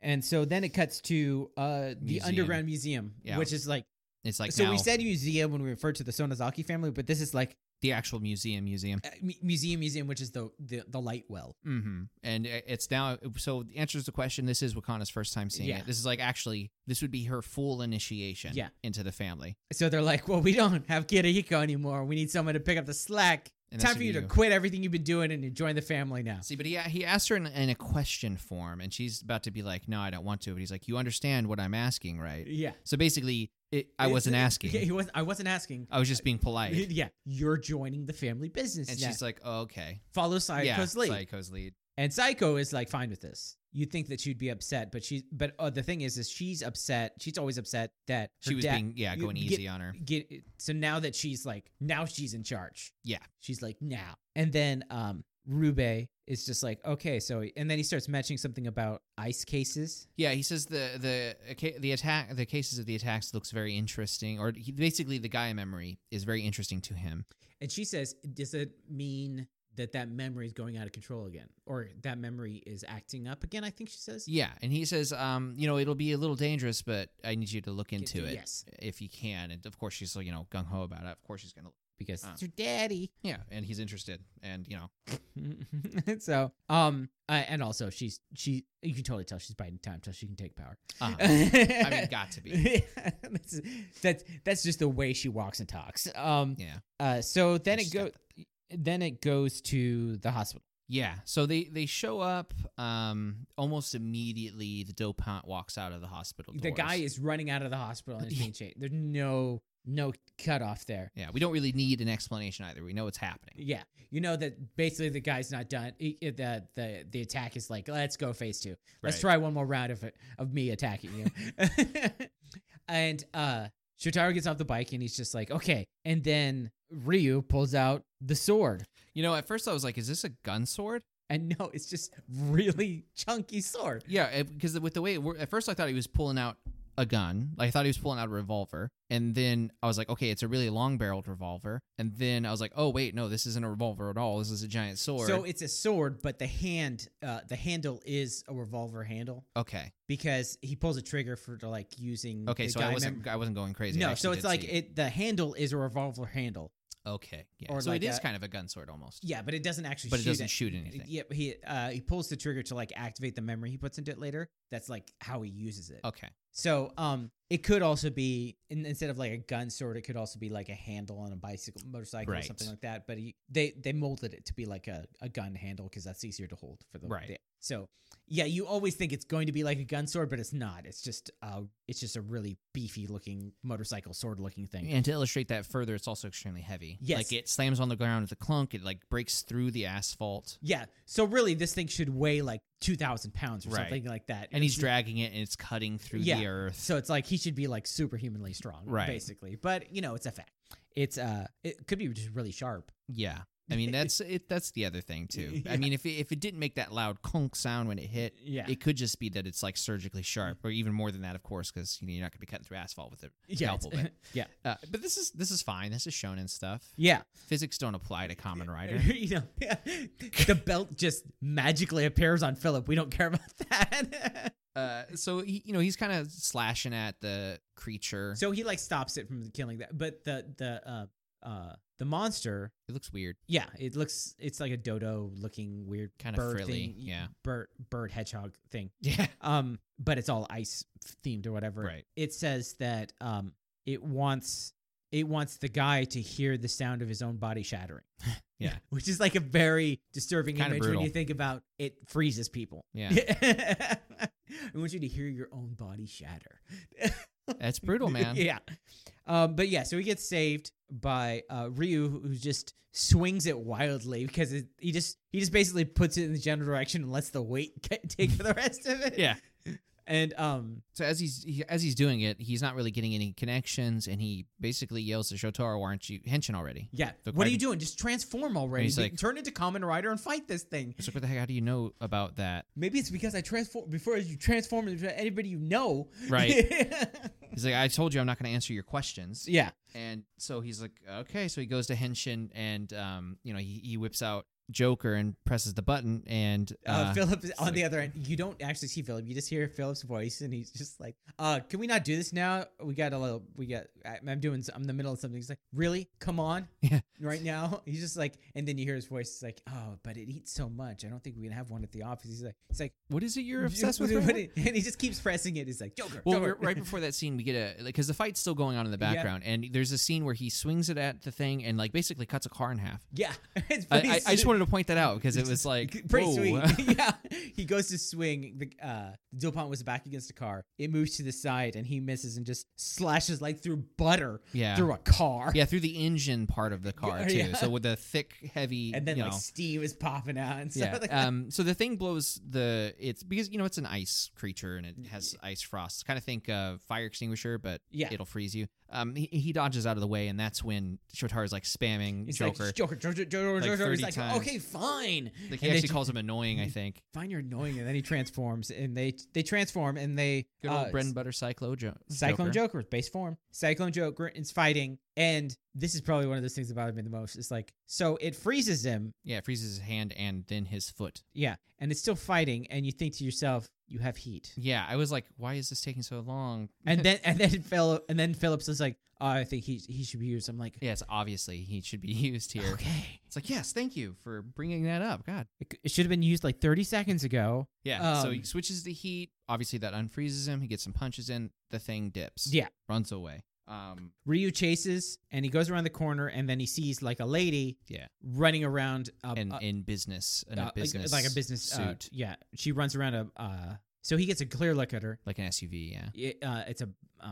A: And so then it cuts to uh, the
B: Museum.
A: underground museum,
B: Yeah.
A: which is like,
B: it's like
A: so
B: now
A: we said museum when we referred to the Sonozaki family, but this is like
B: the actual museum, museum.
A: uh, mu- museum, museum, which is the the, the light well.
B: Mm-hmm. And i- it's now so it answers the question. This is Wakana's first time seeing
A: Yeah.
B: it. This is like actually this would be her full initiation
A: Yeah.
B: into the family.
A: So they're like, "Well, we don't have Kirihiko anymore. We need someone to pick up the slack.
B: And that's
A: Time for
B: what
A: you to
B: you do."
A: quit everything you've been doing and join the family now."
B: See, but he he asked her in, in a question form, and she's about to be like, "No, I don't want to." But he's like, "You understand what I'm asking, right?"
A: Yeah,
B: So basically, it, I wasn't
A: Yeah, he
B: asking.
A: was. I wasn't asking.
B: I was just being polite.
A: Yeah, you're joining the family business.
B: And
A: now.
B: she's like, "Oh, okay."
A: follow Psycho's
B: yeah,
A: lead.
B: Psycho's lead.
A: And Psycho is like fine with this. You'd think that she'd be upset, but she's but uh, the thing is, is she's upset. She's always upset that her
B: She was
A: dad-
B: being yeah,
A: you
B: going
A: get-
B: easy on her.
A: get, so now that she's like now she's in charge.
B: Yeah.
A: she's like now. And then um Rube is just like okay, so and then he starts mentioning something about ice cases.
B: Yeah, he says the the okay, the attack the cases of the attacks looks very interesting, or he, basically the Gaia memory is very interesting to him.
A: And she says, Does it mean that that memory is going out of control again? Or that memory is acting up again? I think she says.
B: Yeah, and he says, um, you know, it'll be a little dangerous, but I need you to look
A: Get to-
B: into it
A: Yes.
B: if you can. And of course, she's you know gung ho about it. Of course, she's gonna
A: Because
B: Ah.
A: it's her daddy.
B: yeah, and he's interested, and you know
A: so, um, uh, and also she's, she, you can totally tell she's biding time till she can take power.
B: uh
A: I
B: I mean, got to be.
A: that's, that's, that's just the way she walks and talks. Um,
B: Yeah.
A: uh, so then
B: She's
A: it go, then it goes to the hospital.
B: Yeah. So they they show up um almost immediately the dopant walks out of the hospital
A: The
B: doors.
A: guy is running out of the hospital and is being chased. There's no, no cutoff there.
B: Yeah, we don't really need an explanation either. We know it's happening.
A: Yeah, you know that basically the guy's not done. He- he- The the the attack is like, let's go phase two. Let's try one more round of it- of me attacking you. and uh Shotaro gets off the bike and he's just like, okay. And then Ryu pulls out the sword.
B: You know, at first I was like, is this a gun sword?
A: And no, it's just really chunky sword.
B: Yeah, because with the way it wor- at first I thought he was pulling out a gun. Like, I thought he was pulling out a revolver, and then I was like, okay, it's a really long-barreled revolver. And then I was like, oh wait, no, this isn't a revolver at all. This is a giant sword.
A: So it's a sword, but the hand, uh, the handle is a revolver handle
B: okay,
A: because he pulls a trigger for like using. Mm-hmm.
B: okay,
A: the
B: so
A: guy
B: I wasn't
A: mem-
B: I wasn't going crazy. I
A: no,
B: actually
A: so it's
B: did
A: like
B: see.
A: it. The handle is a revolver handle.
B: Okay. Yeah.
A: Or
B: so
A: like
B: it is
A: a-
B: kind of a gun sword almost.
A: Yeah, but it doesn't actually.
B: But it
A: shoot
B: doesn't
A: at-
B: shoot anything.
A: Yeah, he uh, he pulls the trigger to like activate the memory he puts into it later. That's like how he uses it.
B: Okay.
A: So um, it could also be in, instead of like a gun sword, it could also be like a handle on a bicycle, motorcycle, or
B: Right.
A: something like that. But he, they they molded it to be like a, a gun handle because that's easier to hold for the
B: Right.
A: the- so yeah, you always think it's going to be like a gun sword, but it's not. It's just uh, it's just a really beefy looking motorcycle sword looking thing.
B: And to illustrate that further, it's also extremely heavy.
A: Yes.
B: Like it slams on the ground with a clunk. It like breaks through the asphalt,
A: Yeah, so really, this thing should weigh like two thousand pounds or
B: Right.
A: something like that.
B: and he's
A: It's-
B: dragging it, and it's cutting through
A: Yeah.
B: the earth.
A: So it's like he should be like superhumanly strong,
B: Right.
A: Basically, but you know, it's a fact. It's uh, it could be just really sharp.
B: yeah. I mean that's it. That's the other thing too.
A: Yeah.
B: I mean if it, if it didn't make that loud clunk sound when it hit,
A: Yeah, Mm-hmm.
B: it could just be that it's like surgically sharp, or even more than that, of course, because you know, you're not going to be cutting through asphalt with it.
A: yeah, it's-
B: scalpel, but-
A: yeah,
B: Uh, but this is this is fine. This is shonen stuff.
A: yeah.
B: Physics don't apply to Common Rider.
A: you know, the belt just magically appears on Philip. We don't care about that.
B: Uh, so he, you know he's kind of slashing at the creature.
A: so he like stops it from killing that, but the the uh uh the monster.
B: it looks weird,
A: Yeah, it looks it's like a dodo looking weird
B: kind of
A: bird
B: frilly.
A: thing,
B: Yeah,
A: bird bird hedgehog thing.
B: yeah.
A: um but it's all ice themed or whatever
B: Right.
A: it says that um it wants it wants the guy to hear the sound of his own body shattering
B: Yeah.
A: which is like a very disturbing
B: Kinda
A: image when
B: brutal.
A: you think about it freezes people
B: Yeah,
A: i want you to hear your own body shatter
B: that's brutal, man.
A: yeah um but yeah so he gets saved by uh ryu who just swings it wildly because it, he just he just basically puts it in the general direction and lets the weight get, take the rest of it
B: Yeah.
A: and um
B: So as he's he, as he's doing it, he's not really getting any connections, and he basically yells to Shotaro, "Why aren't you henshin already?"
A: Yeah.
B: The
A: what are you
B: Kraken-
A: doing? Just transform already.
B: he's
A: Be-
B: like-
A: turn into Common Rider and fight this thing.
B: It's like, what the heck? How do you know about that?
A: Maybe it's because I transform before you transform into anybody you know.
B: Right. he's like, I told you, I'm not going to answer your questions.
A: yeah.
B: And so he's like, okay. So he goes to Henshin and, um, you know, he, he whips out Joker and presses the button. And
A: Uh,
B: uh,
A: Philip is on
B: like-
A: the other end. You don't actually see Philip. You just hear Philip's voice, and he's just like, "Uh, can we not do this now? We got a little. We got. I- I'm doing. s- I'm in the middle of something." He's like, "Really? Come on,
B: Yeah.
A: right now." He's just like, and then you hear his voice. It's like, "Oh, but it eats so much. I don't think we can have one at the office." He's like, "It's like
B: what is it you're
A: "You-
B: obsessed with?
A: what-
B: right
A: what
B: now?"
A: it-" And he just keeps pressing it. He's like, "Joker."
B: Well,
A: Joker.
B: we're- right before that scene, we get a because the fight's still going on in the
A: Yeah.
B: background, and there's a scene where he swings it at the thing and like basically cuts a car in half.
A: Yeah, it's
B: I,
A: pretty
B: I, I just
A: sweet.
B: wanted to point that out because it was like
A: pretty
B: whoa.
A: sweet. yeah, he goes to swing. The uh, Dupont was back against the car. It moves to the side, and he misses and just slashes like through butter
B: yeah,
A: through a car.
B: yeah, through the engine part of the car too.
A: Yeah.
B: So with the thick, heavy,
A: and then
B: you
A: like
B: know,
A: steam is popping out and stuff.
B: yeah.
A: Like that.
B: um. So the thing blows the. It's because you know it's an ice creature and it has ice frost. Kind of think uh, fire extinguisher, but
A: Yeah.
B: it'll freeze you. Um. He, he dodges out of the way, and that's when Shotaro's like spamming
A: He's
B: Joker.
A: like, Joker, Joker, Joker,
B: Like
A: Joker. He's
B: 30
A: like,
B: times.
A: okay, fine.
B: Like,
A: and
B: he
A: they
B: actually
A: ju-
B: calls him annoying. I think.
A: Fine, you're annoying. And then he transforms, and they they transform, and they
B: Good old
A: uh,
B: bread and butter Cyclo jo-
A: Cyclone
B: Joker.
A: Joker, base form. Cyclone Joker is fighting, and this is probably one of those things that bothered me the most. It's like, so it freezes him,
B: Yeah, it freezes his hand and then his foot.
A: Yeah, and it's still fighting, and you think to yourself, "You have heat."
B: Yeah, I was like, why is this taking so long?
A: And then and then Philip and then Phillips is like, oh, "I think he he should be used." I'm like,
B: yes, obviously he should be used here.
A: "Okay,
B: It's like, yes, thank you for bringing that up. God.
A: it, c- it should have been used like 30 seconds ago."
B: Yeah. so
A: Um,
B: he switches the heat. Obviously, that unfreezes him. He gets some punches in. The thing dips.
A: Yeah.
B: Runs away. Um.
A: Ryu chases and he goes around the corner, and then he sees like a lady,
B: Yeah.
A: running around. Um,
B: And
A: uh,
B: in business, in
A: uh,
B: a business,
A: like, like a business uh,
B: suit,
A: yeah, she runs around a. Uh, so he gets a clear look at her.
B: like an SUV. Yeah.
A: It, uh, it's a uh,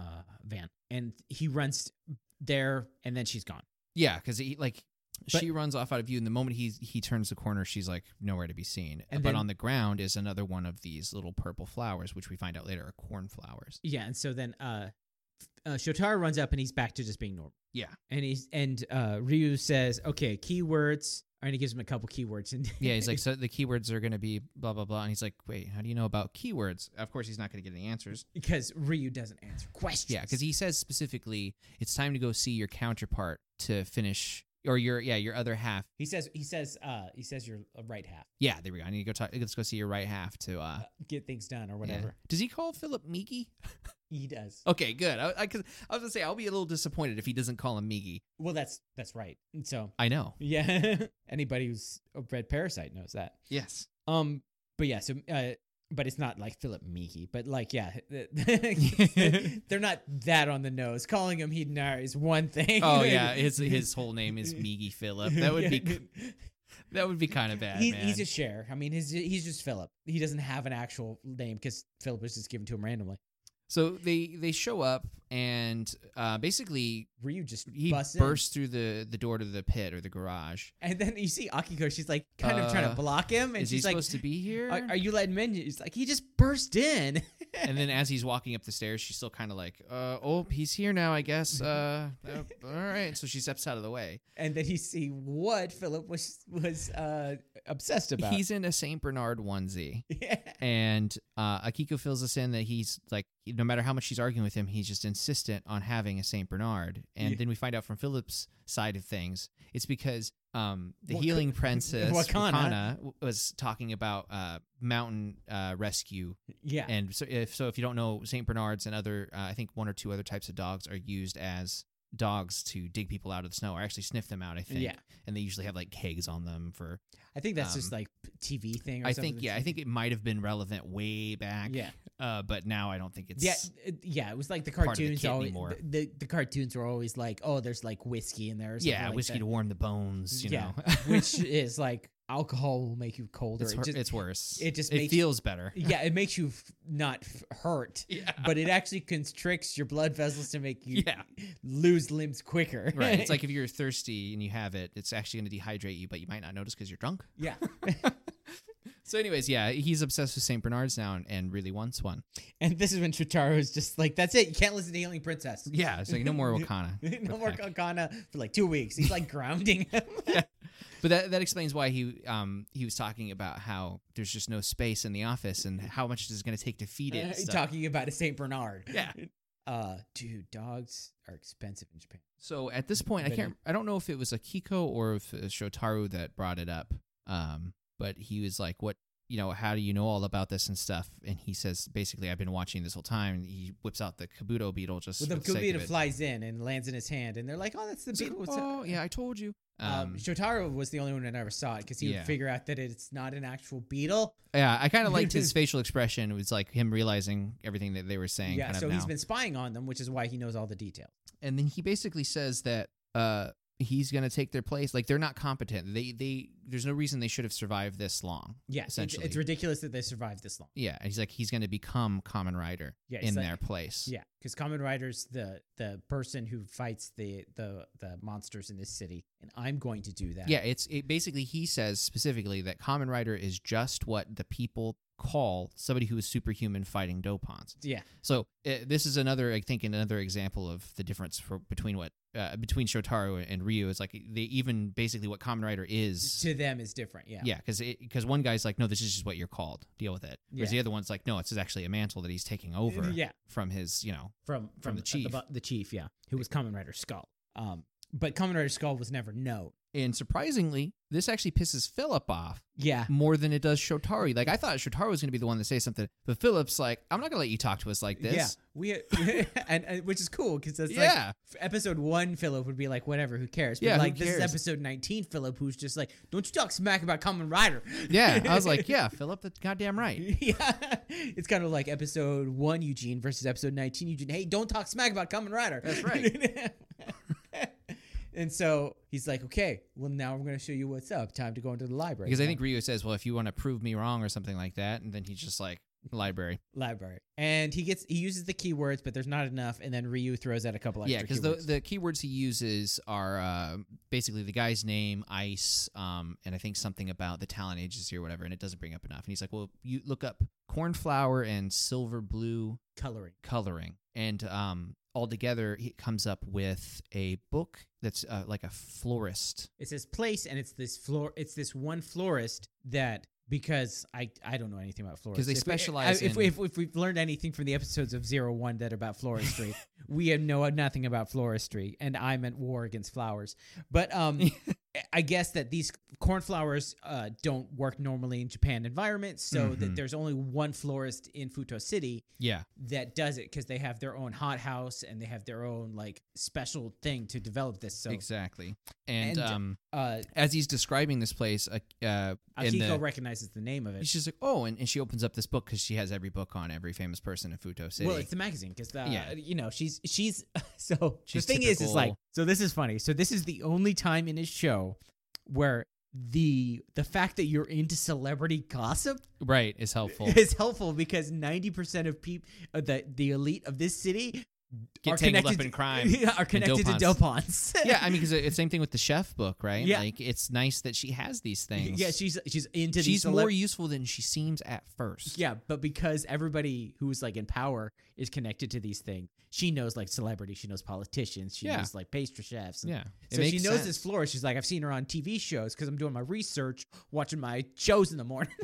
A: van, and he runs there, and then she's gone.
B: Yeah, because he like.
A: But-
B: she runs off out of view, and the moment he he turns the corner, she's like nowhere to be seen.
A: And
B: but
A: then-
B: on the ground is another one of these little purple flowers, which we find out later are cornflowers.
A: Yeah, and so then uh, uh Shotaro runs up and he's back to just being normal.
B: Yeah,
A: And he's and uh Ryu says, "Okay, keywords." And he gives him a couple keywords and
B: Yeah, he's like, so the keywords are going to be blah blah blah, and he's like, wait, how do you know about keywords? Of course, he's not going to get any answers.
A: because Ryu doesn't answer questions.
B: Yeah, because he says specifically, it's time to go see your counterpart to finish or your yeah your other half.
A: He says he says uh he says your right half
B: Yeah, there we go. I need to go talk. Let's go see your right half to uh,
A: uh, get things done or
B: yeah.
A: whatever.
B: Does he call Philip Meeky?
A: He does.
B: Okay, good. I, I, 'cause I was gonna say I'll be a little disappointed if he doesn't call him Meeky.
A: Well, that's that's right. And So
B: I know.
A: yeah, anybody who's read Parasite knows that.
B: Yes.
A: Um, but yeah, so uh, but it's not like Philip Meeky, but like yeah, they're not that on the nose. Calling him Hednar is one thing.
B: Oh yeah, his his whole name is Meeky Philip. That would be that would be kind of bad,
A: He,
B: man.
A: he's a share. I mean, he's he's just Philip. He doesn't have an actual name because Philip was just given to him randomly.
B: so they they show up and uh, basically
A: Ryu just
B: he
A: busts in.
B: bursts through the the door to the pit or the garage.
A: and then you see Akiko. She's like kind of trying
B: Uh,
A: to block him, and
B: is he
A: she's like,
B: supposed to be here?
A: are, "Are you letting men?" He's like, "He just burst in."
B: and then as he's walking up the stairs, she's still kind of like, uh, "Oh, he's here now, I guess." Uh, uh, all right. So she steps out of the way.
A: and then you see what Philip was was uh, obsessed about.
B: He's in a Saint Bernard onesie,
A: yeah.
B: and uh, Akiko fills us in that he's like, no matter how much she's arguing with him, he's just insistent on having a Saint Bernard. And
A: Yeah.
B: then we find out from Philip's side of things, it's because um, the
A: Wak-
B: healing princess
A: Wakana.
B: Wakana, w- was talking about uh, mountain uh, rescue
A: yeah.
B: And so if so if you don't know St. Bernards and other uh, I think one or two other types of dogs are used as dogs to dig people out of the snow or actually sniff them out I think.
A: Yeah.
B: And they usually have like kegs on them for
A: I think that's just
B: um,
A: like TV thing. Or
B: I
A: something
B: think yeah, I think it might have been relevant way back.
A: Yeah.
B: Uh but now I don't think it's
A: Yeah, it- yeah, it was like the
B: part of the
A: cartoons.
B: kit
A: always,
B: anymore.
A: the, the cartoons were always like, oh, there's like whiskey in there. Or something
B: yeah,
A: like
B: whiskey
A: that.
B: to warm the bones, you
A: Yeah,
B: know.
A: which is like alcohol will make you colder.
B: it's,
A: it
B: hor-
A: just,
B: it's worse.
A: it just
B: it
A: makes-
B: feels better.
A: yeah, it makes you f- not f- hurt,
B: Yeah.
A: but it actually constricts your blood vessels to make you
B: Yeah.
A: lose limbs quicker.
B: Right. It's like if you're thirsty and you have it, it's actually going to dehydrate you, but you might not notice cuz you're drunk.
A: yeah,
B: So anyways, yeah, he's obsessed with St. Bernards now and, and really wants one.
A: and this is when Chitaro is just like, that's it. You can't listen to Healing Princess.
B: Yeah, it's like no more Wakana.
A: no
B: What
A: more
B: the heck?
A: Kakana for like two weeks. He's like grounding him.
B: But that that explains why he um he was talking about how there's just no space in the office and how much it's going to take to feed it. and stuff.
A: Uh, talking about a Saint Bernard.
B: yeah.
A: Uh, dude, dogs are expensive in Japan.
B: So at this point, I
A: But he-
B: can't. I don't know if it was Akiko or if it was Shotaru that brought it up. Um, but he was like, "What you know? How do you know all about this and stuff?" And he says, basically, "I've been watching this whole time." And he whips out the Kabuto beetle just
A: Well, the
B: for the sake
A: Kubita
B: of it.
A: flies in and lands in his hand, and they're like, "Oh, that's the
B: It's like,
A: beetle." What's up?"
B: oh yeah, I told you.
A: Um, Shotaro was the only one that ever saw it because he
B: yeah.
A: would figure out that it's not an actual beetle.
B: Yeah, I kind of liked his facial expression. It was like him realizing everything that they were saying.
A: yeah,
B: kind of
A: so he's
B: now.
A: been spying on them, which is why he knows all the details.
B: and then he basically says that uh, he's going to take their place. Like they're not competent. They they there's no reason they should have survived this long.
A: Yeah, it's,
B: essentially.
A: it's ridiculous that they survived this long.
B: Yeah, and he's like he's going to become Common Rider
A: Yeah, it's
B: in
A: like-
B: their place.
A: Yeah, because Common Rider's the the person who fights the the the monsters in this city, and I'm going to do that.
B: Yeah, it's it basically he says specifically that Common Rider is just what the people call somebody who is superhuman fighting dopons.
A: yeah,
B: So uh, this is another, I think, another example of the difference for, between what uh, between Shotaro and Ryu is like they even basically what Kamen Rider is.
A: to them is different. Yeah,
B: Yeah, because because one guy's like, no, this is just what you're called. Deal with it. Whereas
A: Yeah. Uh,
B: the other one's like, no, it's actually a mantle that he's taking over
A: yeah,
B: from his, you know,
A: from from,
B: the chief.
A: the, bu- the chief, yeah, who was Common Rider Skull. Um, but Common Rider Skull was never known.
B: And surprisingly, this actually pisses Philip off
A: Yeah,
B: more than it does Shotaro. Like I thought Shotaro was going to be the one to say something, but Philip's like, I'm not going to let you talk to us like this.
A: yeah, we and, and which is cool because that's like
B: yeah.
A: f- episode one. Philip would be like, whatever, who cares? But
B: Yeah, who
A: like
B: cares?
A: this is episode nineteen. Philip, who's just like, don't you talk smack about Common Rider.
B: yeah. I was like, yeah, Philip, that's goddamn right.
A: yeah, it's kind of like episode one Eugene versus episode nineteen Eugene. Hey, don't talk smack about Kamen Rider.
B: That's right.
A: and so he's like, okay, well now I'm going to show you what's up. Time to go into the library
B: Because I think Ryu says, "Well, if you want to prove me wrong or something like that," and then he's just like, "Library."
A: library, and he gets he uses the keywords, but there's not enough. And then Ryu throws out a couple extra.
B: yeah, because the
A: keywords.
B: the keywords he uses are uh, basically the guy's name, ice, um, and I think something about the talent agency or whatever, and it doesn't bring up enough. And he's like, "Well, you look up cornflower and silver blue
A: coloring.
B: coloring," and um, altogether he comes up with a book that's uh, like a florist.
A: It says place, and it's this floor. It's this one florist that because I I don't know anything about florists
B: 'Cause they
A: If we-
B: specialize
A: I- If,
B: in-
A: we, if, we, if we've learned anything from the episodes of Zero One that are about floristry, we know nothing about floristry, and I'm at war against flowers. But um, I guess that these cornflowers uh, don't work normally in Japan environments, so that
B: Mhm.
A: there's only one florist in Futo City
B: Yeah.
A: that does it because they have their own hothouse and they have their own like special thing to develop this. So
B: Exactly. And,
A: And,
B: um,
A: uh,
B: as he's describing this place, uh, uh, in
A: Akiko
B: the-
A: recognizes the name of it.
B: she's like, oh, and, and she opens up this book because she has every book on every famous person in Futo City.
A: Well, it's the magazine because uh,
B: Yeah.
A: you know she's she's so
B: She's
A: the thing is is like
B: typical-
A: so this is funny. So this is the only time in his show where the the fact that you're into celebrity gossip
B: right, is helpful.
A: is helpful because ninety percent of people the the elite of this city
B: Get
A: are
B: tangled up
A: connected-
B: in crime.
A: are connected to doponts.
B: yeah, I mean, because it's same thing with the chef book, right?
A: Yeah.
B: Like, it's nice that she has these things.
A: yeah, she's she's into these
B: she's
A: celeb-
B: more useful than she seems at first.
A: Yeah, but because everybody who's like in power is connected to these things, she knows like celebrities, she knows politicians, she
B: Yeah.
A: knows like pastry chefs. and-
B: Yeah. It
A: So she
B: makes
A: knows
B: sense.
A: this floor. She's like, I've seen her on TV shows because I'm doing my research, watching my shows in the morning.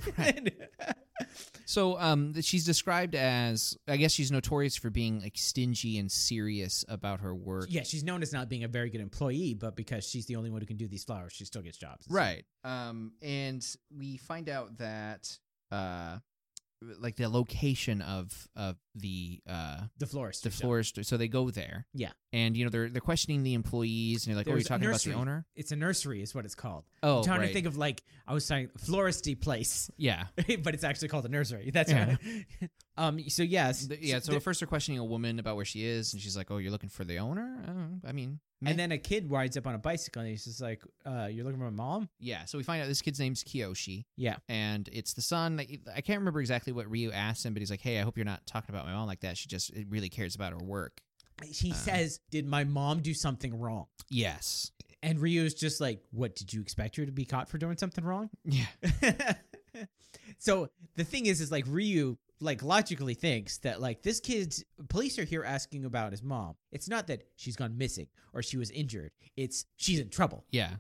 B: So um, that she's described as, I guess she's notorious for being like stingy and serious about her work.
A: yeah, she's known as not being a very good employee, but because she's the only one who can do these flowers, she still gets jobs. and stuff.
B: Right. Um, and we find out that, uh, like the location of of the uh
A: The florist.
B: the
A: herself.
B: florist. So they go there.
A: Yeah.
B: And you know they're they're questioning the employees, and you're like, "Oh,
A: There's
B: you're
A: a
B: talking
A: nursery.
B: about the owner."
A: It's a nursery, is what it's called.
B: Oh,
A: I'm trying
B: right.
A: to think of like, I was saying floristy place,
B: yeah.
A: but it's actually called a nursery. That's
B: Yeah.
A: right. um. So, yes.
B: Th- yeah. So
A: the-
B: at first they're questioning a woman about where she is, and she's like, "Oh, you're looking for the owner." Uh, I mean, meh.
A: And then a kid rides up on a bicycle and he's just like, uh, You're looking for my mom?
B: yeah. So we find out this kid's name's Kiyoshi.
A: Yeah.
B: and it's the son. like, I can't remember exactly what Ryu asked him, but he's like, "Hey, I hope you're not talking about my mom like that. She just it really cares about her work."
A: He
B: Uh.
A: says, Did my mom do something wrong?
B: Yes.
A: And Ryu's just like, What did you expect her to be caught for doing something wrong?
B: Yeah.
A: so the thing is, is like Ryu like logically thinks that like this kid's police are here asking about his mom. It's not that she's gone missing or she was injured. It's she's in trouble.
B: Yeah.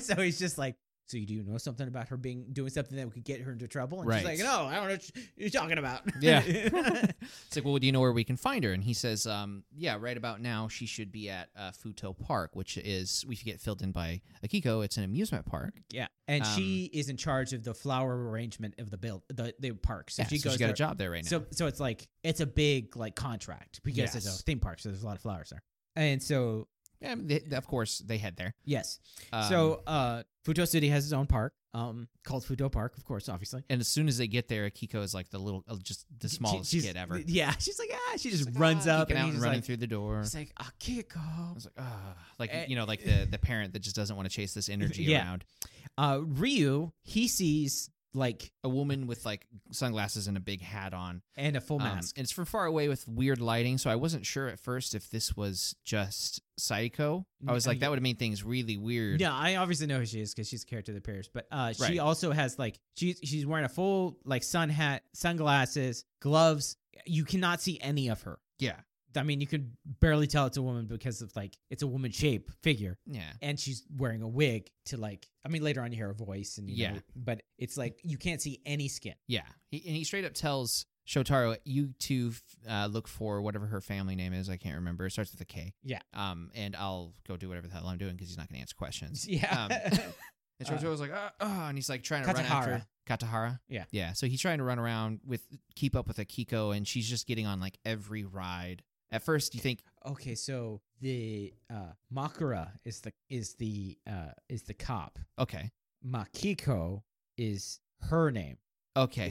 A: so he's just like, so you do know something about her being doing something that could get her into trouble? And she's like,
B: Right.
A: no, I don't know what you're talking about.
B: Yeah. it's like, well, do you know where we can find her? And he says, um, yeah, right about now she should be at uh, Futo Park, which is we get filled in by Akiko. It's an amusement park.
A: Yeah, and
B: Um,
A: she is in charge of the flower arrangement of the build the the park. So
B: yeah,
A: she
B: so
A: goes.
B: she's got a
A: there-
B: job there right now.
A: So so it's like it's a big like contract because it's
B: Yes.
A: a theme park, so there's a lot of flowers there. And so
B: yeah, I mean, they- of course they head there.
A: yes,
B: Um,
A: so uh, Futo City has its own park, um, called Futo Park, of course, obviously.
B: and as soon as they get there, Akiko is like the little, uh, just the
A: She-
B: smallest
A: she's-
B: kid ever.
A: Yeah, she's like ah, she just
B: Like,
A: runs
B: ah,
A: up
B: peeking
A: and,
B: out
A: he's
B: and
A: just
B: running
A: like,
B: through the door.
A: It's like ah,
B: I
A: Kiko.
B: was like, ah, like
A: Eh,
B: you know, like the the parent that just doesn't want to chase this energy
A: Yeah.
B: around.
A: Uh, Ryu he sees like
B: A woman with like sunglasses and a big hat on,
A: and a full
B: Um,
A: mask.
B: and it's from far away with weird lighting, so I wasn't sure at first if this was just Psycho. I was
A: N-
B: like, that would have made things really weird.
A: No, I obviously know who she is because she's a character that appears. But uh, she
B: Right.
A: also has like she's she's wearing a full like sun hat, sunglasses, gloves. You cannot see any of her.
B: Yeah.
A: I mean, you can barely tell it's a woman because of like it's a woman shape figure,
B: Yeah.
A: and she's wearing a wig to like. I mean, later on you hear her voice and you
B: Yeah.
A: know, but it's like you can't see any skin.
B: Yeah. He, and he straight up tells Shotaro, you two f- uh, look for whatever her family name is. I can't remember. It starts with a K.
A: Yeah.
B: Um, and I'll go do whatever the hell I'm doing because he's not going to answer questions.
A: Yeah,
B: Um, And
A: Uh,
B: Shotaro's like, ah, ah, and he's like trying to run after Katahara.
A: Yeah.
B: Yeah. So he's trying to run around with, keep up with Akiko, and she's just getting on like every ride. At first, you think,
A: okay, so the uh, Makura is the is the uh, is the cop.
B: okay,
A: Makiko is her name.
B: Okay,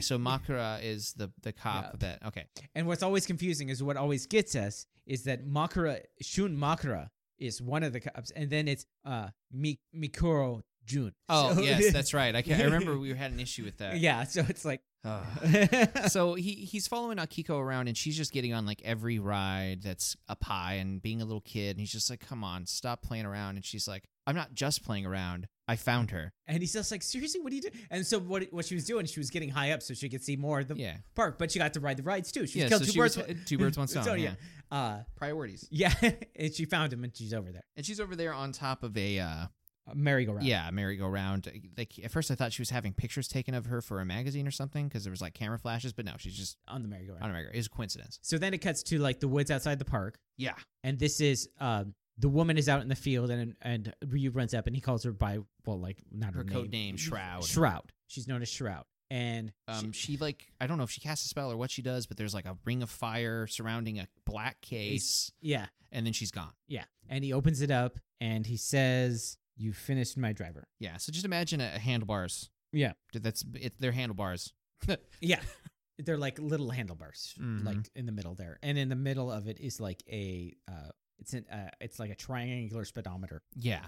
B: so Makara is the the cop
A: Yeah.
B: that. Okay,
A: And what's always confusing is what always gets us is that Makara Shun Makara is one of the cops, and then it's uh Mi- Mikuro Jun.
B: oh
A: So-
B: yes, that's right. I, can, I remember we had an issue with that.
A: yeah. So it's like
B: Ugh. so he he's following Akiko around, and she's just getting on like every ride that's up high, and being a little kid, and he's just like, "Come on, stop playing around." And she's like, "I'm not just playing around. I found her."
A: and he's just like, seriously, what do you do? And so what what she was doing, she was getting high up so she could see more of the
B: yeah,
A: park, but she got to ride the rides too. She
B: yeah.
A: killed
B: so
A: two
B: she
A: birds.
B: was-
A: with-
B: two birds, one stone.
A: So,
B: yeah.
A: yeah. Uh,
B: priorities.
A: yeah, and she found him, and she's over there.
B: And she's over there on top of a uh,
A: a merry-go-round.
B: Yeah, merry-go-round. Like at first, I thought she was having pictures taken of her for a magazine or something because there was like camera flashes, but no, she's just
A: on the
B: on
A: merry-go-round.
B: a merry-go. It was a coincidence.
A: So then it cuts to like the woods outside the park,
B: Yeah,
A: and this is um, the woman is out in the field, and and Ryu runs up and he calls her by well, like not her,
B: her code name Shroud.
A: Shroud. She's known as Shroud, and
B: Um, she like I don't know if she casts a spell or what she does, but there's like a ring of fire surrounding a black case,
A: she, yeah,
B: and then she's gone.
A: yeah, and he opens it up and he says, "You finished my driver."
B: Yeah, so just imagine a, a handlebars.
A: Yeah.
B: Th- that's it, they're handlebars.
A: Yeah. They're like little handlebars,
B: Mhm.
A: like in the middle there, and in the middle of it is like a, uh, it's an, uh, it's like a triangular speedometer.
B: Yeah,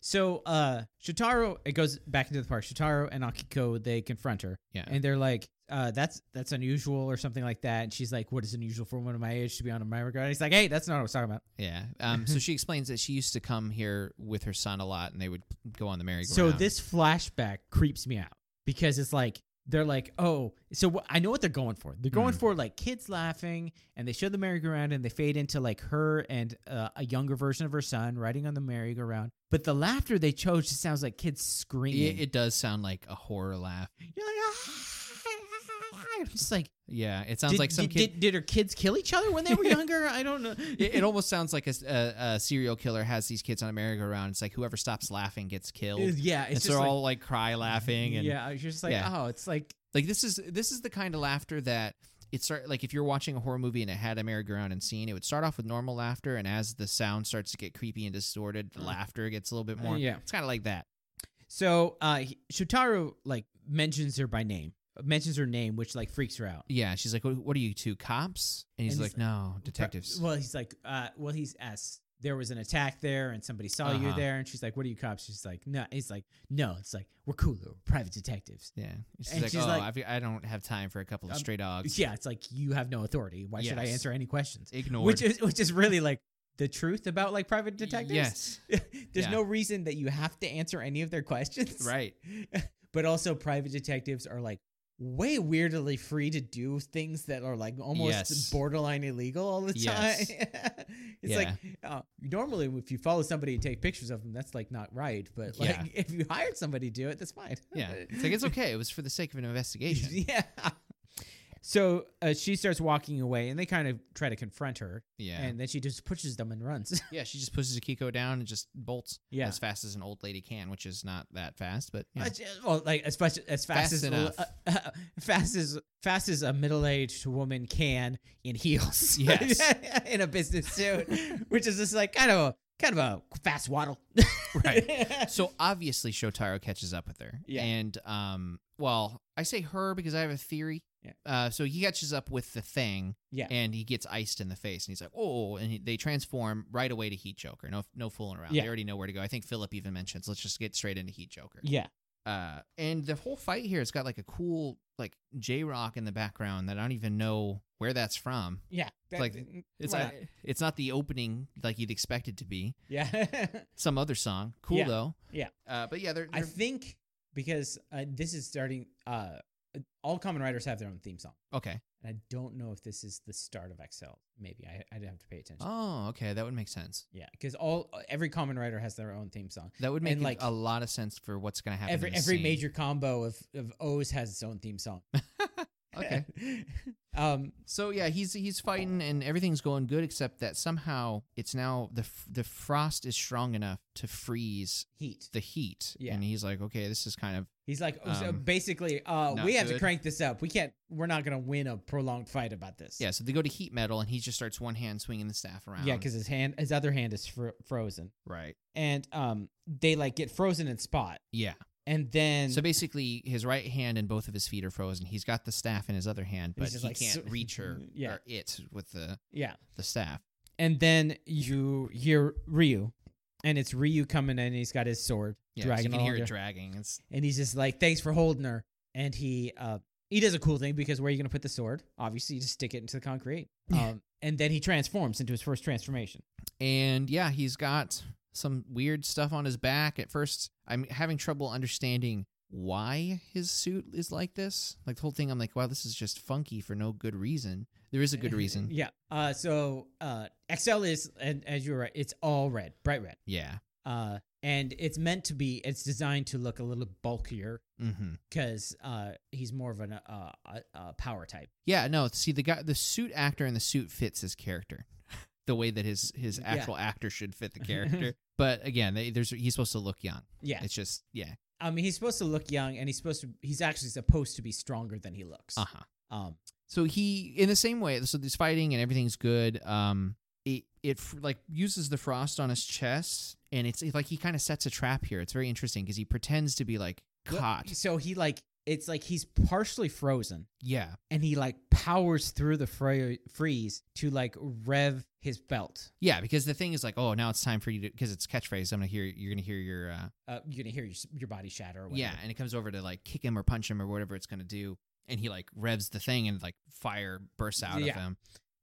A: So uh Shitaro, it goes back into the park. Shitaro and Akiko, they confront her,
B: yeah,
A: and they're like, uh, "That's that's unusual" or something like that. And she's like, "What is unusual for one of my age to be on a merry-go-round?" And He's like, "Hey, that's not what I was talking about."
B: yeah. Um, so she explains that she used to come here with her son a lot, and they would go on the merry-go-round.
A: So this flashback creeps me out because it's like they're like, "Oh, so wh- I know what they're going for. They're going
B: Hmm.
A: for like kids laughing, and they show the merry-go-round, and they fade into like her and uh, a younger version of her son riding on the merry-go-round. But the laughter they chose just sounds like kids screaming.
B: it, it does sound like a horror laugh.
A: You're like, ah, I'm just like.
B: Yeah, it sounds
A: did,
B: like some
A: did,
B: kid.
A: Did, did her kids kill each other when they were younger? I don't know.
B: it, it almost sounds like a, s- a- a serial killer has these kids on a merry-go-round. It's like whoever stops laughing gets killed.
A: Is-
B: It's
A: yeah,
B: and
A: it's just
B: so they're
A: like,
B: all like cry laughing and
A: yeah. It's just like
B: yeah.
A: oh, it's like
B: like this is this is the kind of laughter that it start like if you're watching a horror movie and it had a merry-go-round and scene, it would start off with normal laughter, and as the sound starts to get creepy and distorted, the
A: Mm.
B: laughter gets a little bit more.
A: yeah.
B: it's kind of like that.
A: So uh he- Shotaro like mentions her by name, mentions her name, which like freaks her out.
B: Yeah, she's like, "What, what are you two cops?" And he's
A: And
B: like,
A: he's
B: "No, detectives."
A: Well, he's like, uh, well, he's asked. There was an attack there, and somebody saw you
B: Uh-huh.
A: there, and she's like, "What are you cops?" She's like, "No." He's like, "No." It's like we're cooler, we're private detectives.
B: yeah, she's
A: and
B: like,
A: she's
B: "Oh,
A: like-
B: I've, I don't have time for a couple of
A: Um,
B: stray dogs."
A: Yeah, it's like you have no authority. Why should I
B: Yes.
A: answer any questions?
B: Ignored.
A: Which is which is really like the truth about like private detectives.
B: Yes,
A: There's
B: Yeah.
A: no reason that you have to answer any of their questions.
B: right.
A: but also, private detectives are like way weirdly free to do things that are like almost
B: Yes.
A: borderline illegal all the
B: Yes.
A: time. it's like uh, normally, if you follow somebody and take pictures of them, that's like not right. But like
B: Yeah.
A: if you hired somebody to do it, that's fine.
B: Yeah, it's like it's okay. It was for the sake of an investigation.
A: yeah. So uh, she starts walking away, and they kind of try to confront her,
B: Yeah.
A: and then she just pushes them and runs.
B: yeah, she just pushes Akiko down and just bolts
A: Yeah.
B: as fast as an old lady can, which is not that fast, but you know.
A: Uh, j- well, like as fast as fast,
B: Fast
A: as
B: enough.
A: uh, uh, fast as fast as a middle-aged woman can in heels,
B: Yes.
A: in a business suit, which is just like kind of a kind of a fast waddle,
B: Right. so obviously Shotaro catches up with her.
A: Yeah.
B: And um well, I say her because I have a theory.
A: Yeah.
B: Uh, so he catches up with the thing,
A: Yeah.
B: and he gets iced in the face, and he's like, "Oh!" And he, they transform right away to Heat Joker. No, no fooling around.
A: Yeah.
B: They already know where to go. I think Philip even mentions, "Let's just get straight into Heat Joker."
A: yeah,
B: Uh, and the whole fight here has got like a cool like J Rock in the background that I don't even know where that's from.
A: yeah. That-
B: Like, It's
A: why
B: not, it's not the opening like you'd expect it to be.
A: not? yeah.
B: Some other song, cool
A: Yeah.
B: though.
A: Yeah.
B: Uh, but yeah, they're,
A: I
B: they're-
A: think because uh, this is starting. Uh, all common writers have their own theme song,
B: okay.
A: and I don't know if this is the start of Excel. Maybe I, I'd have to pay attention.
B: Oh, okay, that would make sense.
A: Yeah, because all uh, every common writer has their own theme song.
B: That would make
A: And, like,
B: like, a lot of sense for what's going to happen.
A: every
B: in the
A: every
B: scene.
A: major combo of, of O's has its own theme song.
B: Okay.
A: um.
B: So yeah, he's he's fighting and everything's going good except that somehow it's now the f- the frost is strong enough to freeze
A: Heat.
B: the heat.
A: Yeah.
B: And he's like, okay, this is kind of
A: He's like oh, so
B: Um,
A: basically, uh,
B: not
A: we have to
B: good.
A: crank this up. We can't. We're not gonna win a prolonged fight about this.
B: yeah. So they go to heat metal and he just starts one hand swinging the staff around.
A: Yeah, because his hand, his other hand is fro- frozen,
B: right.
A: and um, they like get frozen in spot,
B: Yeah.
A: and then
B: so basically, his right hand and both of his feet are frozen. He's got the staff in his other hand,
A: And
B: but
A: he's
B: he
A: just like,
B: can't
A: sw-
B: reach her
A: Yeah.
B: or it with the
A: yeah,
B: the staff.
A: and then you hear Ryu, and it's Ryu coming in. and He's got his sword,
B: Yeah, 'cause
A: dragging along
B: you can hear
A: there.
B: it dragging. It's
A: and he's just like, "Thanks for holding her." And he uh, he does a cool thing because where are you gonna put the sword? Obviously, you just stick it into the concrete. Um, and then he transforms into his first transformation.
B: and yeah, he's got some weird stuff on his back. At first, I'm having trouble understanding why his suit is like this. Like the whole thing, I'm like, wow, this is just funky for no good reason. There is a good reason.
A: yeah. Uh, so uh, XL is, and as you were right, it's all red, bright red.
B: Yeah.
A: Uh, and it's meant to be. It's designed to look a little bulkier
B: Mm-hmm.
A: because uh, he's more of an uh, uh, uh, power type.
B: Yeah, no. See, the guy, the suit actor in the suit fits his character, the way that his his
A: Yeah.
B: actual actor should fit the character. but again, they, there's he's supposed to look young.
A: Yeah,
B: It's just yeah,
A: I mean he's supposed to look young, and he's supposed to. He's actually supposed to be stronger than he looks.
B: uh huh.
A: Um,
B: So he in the same way. So he's fighting and everything's good. Um, it it fr- like uses the frost on his chest, and it's it's like he kind of sets a trap here. It's very interesting because he pretends to be like
A: what-
B: caught.
A: So he like it's like he's partially frozen,
B: yeah,
A: and he like powers through the fro- freeze to like rev his belt.
B: yeah. Because the thing is like, oh, now it's time for you to because it's catchphrase. I'm gonna hear you're gonna hear your uh,
A: Uh, you're gonna hear your, s- your body shatter. Or
B: Yeah,
A: whatever.
B: and it comes over to like kick him or punch him or whatever it's gonna do, and he like revs the thing and like fire bursts out
A: Yeah.
B: of him.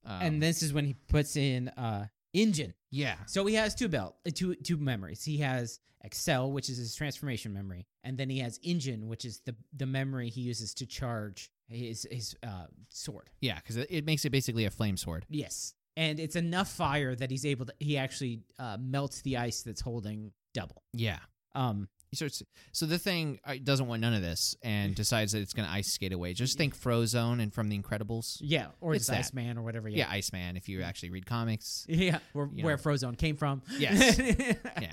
B: Um,
A: and this is when he puts in uh engine.
B: yeah,
A: So he has two belt, uh, two two memories. He has Excel, which is his transformation memory, and then he has Engine, which is the the memory he uses to charge his his uh, sword.
B: yeah, because it, it makes it basically a flame sword.
A: Yes, and it's enough fire that he's able to. He actually uh, melts the ice that's holding double.
B: Yeah,
A: Um,
B: he starts. So the thing uh, doesn't want none of this and decides that it's gonna ice skate away. Just think Frozone and from the Incredibles.
A: yeah, or it's
B: It's that.
A: Iceman or whatever.
B: Yeah,
A: Yeah,
B: Iceman. If you actually read comics,
A: yeah, where,
B: You
A: where
B: know.
A: Frozone came from.
B: Yes.
A: yeah.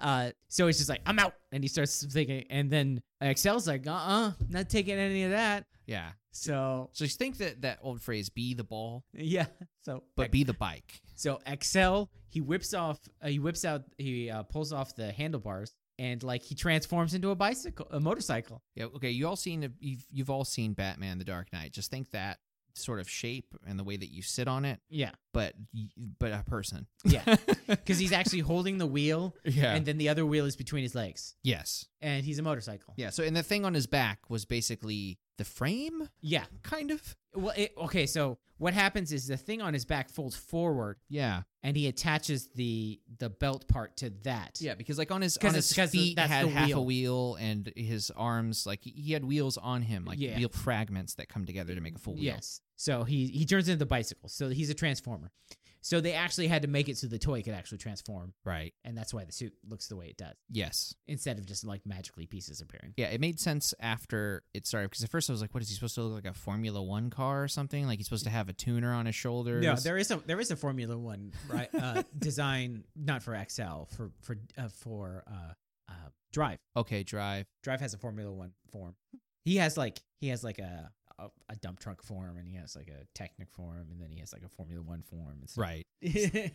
A: Uh, so he's just like, I'm out, and he starts thinking, and then Excel's like, uh, uh not taking any of that.
B: yeah.
A: So
B: So just think that that old phrase, "Be the ball,
A: yeah, so
B: but be the bike."
A: So Excel, he whips off, uh, he whips out, he uh, pulls off the handlebars, and like he transforms into a bicycle, a motorcycle.
B: Yeah. Okay. You all seen you've you've all seen Batman: The Dark Knight. Just think that sort of shape and the way that you sit on it,
A: Yeah,
B: but y- but a person.
A: yeah, because he's actually holding the wheel,
B: yeah.
A: and then the other wheel is between his legs,
B: yes.
A: and he's a motorcycle.
B: Yeah. So and the thing on his back was basically the frame,
A: yeah.
B: kind of.
A: Well, it, okay. So what happens is the thing on his back folds forward,
B: Yeah.
A: and he attaches the the belt part to that.
B: Yeah. Because like on his
A: 'Cause
B: on
A: it's-
B: his
A: 'cause the-
B: feet
A: that's
B: had
A: the
B: half a wheel, and his arms like he- he had wheels on him, like
A: Yeah.
B: wheel fragments that come together to make a full wheel.
A: Yes. So he he turns into the bicycle. So he's a transformer. So they actually had to make it so the toy could actually transform,
B: Right.
A: and that's why the suit looks the way it does.
B: Yes.
A: instead of just like magically pieces appearing.
B: Yeah, it made sense after it started because at first I was like, "What is he supposed to look like a Formula One car or something? Like he's supposed to have a tuner on his shoulders?"
A: No, there is a there is a Formula One right uh, design, not for XL for for uh, for uh, uh, Drive.
B: okay, drive.
A: Drive has a Formula One form. He has like he has like a, a a dump truck form, and he has like a Technic form, and then he has like a Formula One form. And stuff.
B: Right.
A: Right.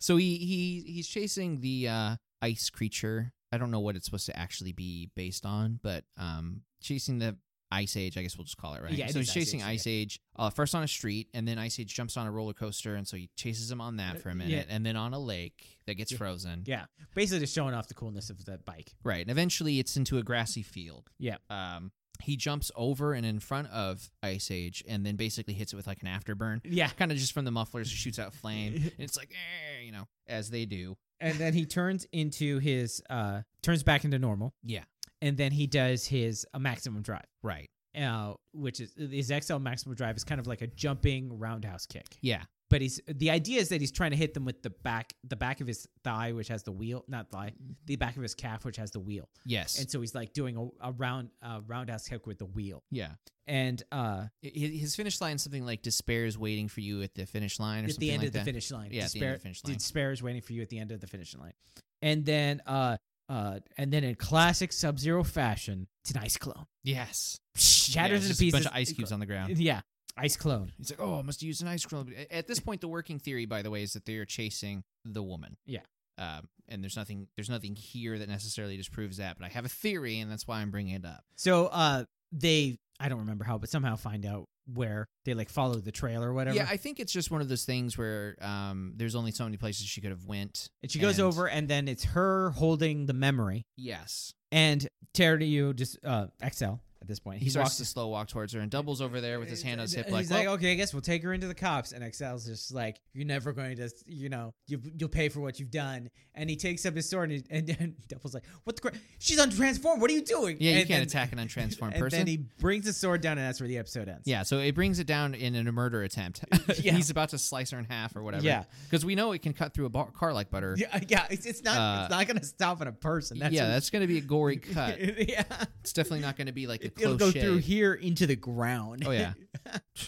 B: So he he he's chasing the uh, ice creature. I don't know what it's supposed to actually be based on, but um, chasing the ice age. I guess we'll just call it right.
A: Yeah, it
B: so
A: is
B: he's
A: Ice
B: chasing
A: Age,
B: ice age uh, first on a street, and then ice age jumps on a roller coaster, and so he chases him on that for
A: Uh, Yeah.
B: a minute, and then on a lake that gets
A: Yeah.
B: frozen.
A: yeah, basically just showing off the coolness of the bike.
B: Right. And eventually it's into a grassy field.
A: Yeah.
B: Um, he jumps over and in front of Ice Age and then basically hits it with like an afterburn.
A: Yeah,
B: Kind of just from the mufflers, shoots out flame. and it's like, eh, you know, as they do.
A: and then he turns into his uh turns back into normal,
B: Yeah.
A: and then he does his a maximum drive.
B: Right.
A: uh, which is his XL maximum drive is kind of like a jumping roundhouse kick.
B: Yeah.
A: But he's the idea is that he's trying to hit them with the back the back of his thigh, which has the wheel, not thigh, the back of his calf, which has the wheel.
B: Yes.
A: And so he's like doing a, a round uh, roundhouse kick with the wheel.
B: yeah.
A: And uh,
B: I- His his finish line is something like despair is waiting for you at the finish line or
A: at
B: something
A: the end
B: like
A: of
B: that.
A: the finish line,
B: Yeah, at the end
A: despair,
B: of the finish line.
A: despair is waiting for you at the end of the finish line. And then uh, uh, and then in classic Sub Zero fashion, it's an ice clone
B: Yes. Yeah,
A: shatters
B: it's
A: into
B: just
A: pieces.
B: A bunch of ice cubes on the ground.
A: Yeah, ice clone.
B: He's like, oh, I must use an ice cream. A- At this point, the working theory, by the way, is that they are chasing the woman.
A: Yeah.
B: Um, and there's nothing, there's nothing here that necessarily disproves that. But I have a theory, and that's why I'm bringing it up.
A: So uh they I don't remember how, but somehow find out where they like follow the trail or whatever.
B: Yeah, I think it's just one of those things where um, there's only so many places she could have went.
A: and she goes
B: and-
A: over and then it's her holding the memory
B: Yes.
A: and Terry you just uh Excel at this point.
B: He, starts to slow walk towards her and doubles over there with his hand on his hip, like, "Oh."
A: he's like,
B: "Well,
A: okay, I guess we'll take her into the cops. And Excel's just like, you're never going to, you know, you, you'll pay for what you've done. And he takes up his sword and, and, and Devil's like, what the? Cra- She's untransformed. What are you doing?
B: yeah, you
A: "Oh, And
B: can't
A: then-
B: attack an untransformed
A: And
B: person."
A: then he brings his sword down, and that's where the episode ends.
B: yeah, so it brings it down in a murder attempt.
A: Yeah.
B: He's about to slice her in half or whatever.
A: Yeah.
B: because we know it can cut through a bar- car like butter.
A: yeah, yeah. It's, it's not, it's
B: Uh,
A: not going to stop at a person. That's
B: yeah,
A: for
B: that's going to be a gory cut.
A: yeah.
B: It's definitely not going to be like a
A: It'll go
B: close shave.
A: through here into the ground.
B: Oh yeah,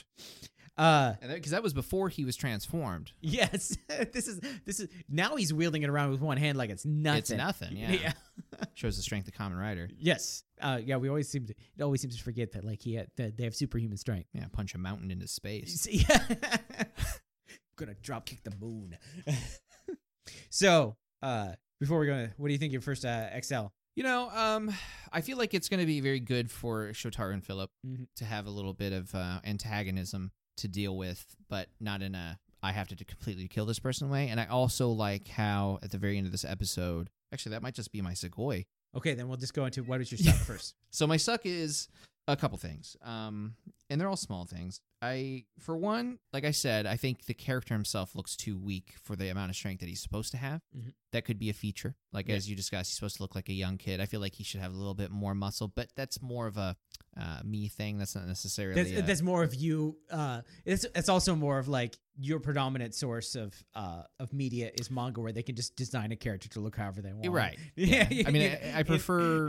A: Uh
B: because that was before he was transformed.
A: yes. this is this is now he's wielding it around with one hand like it's nothing.
B: It's nothing. Yeah. shows the strength of Common Rider.
A: Yes. Uh yeah, we always seem to it always seems to forget that like he had, that they have superhuman strength.
B: Yeah, punch a mountain into space.
A: So, yeah. gonna drop kick the moon. so, uh before we go, what do you think your first uh XL?
B: You know, um, I feel like it's going to be very good for Shotar and Philip
A: Mhm.
B: to have a little bit of uh, antagonism to deal with, but not in a I have to completely kill this person way. And I also like how at the very end of this episode, actually, that might just be my Segoy.
A: Okay, then we'll just go into what is your stuff first.
B: So my suck is a couple things, um, and they're all small things. I, for one, like I said, I think the character himself looks too weak for the amount of strength that he's supposed to have.
A: Mhm.
B: That could be a feature. Like
A: Yeah.
B: as you discussed, he's supposed to look like a young kid. I feel like he should have a little bit more muscle, but that's more of a uh, me thing. That's not necessarily.
A: That's,
B: a-
A: that's more of you. Uh, it's it's also more of like your predominant source of uh of media is manga, where they can just design a character to look however they want.
B: You're right.
A: Yeah.
B: I mean, I, I prefer.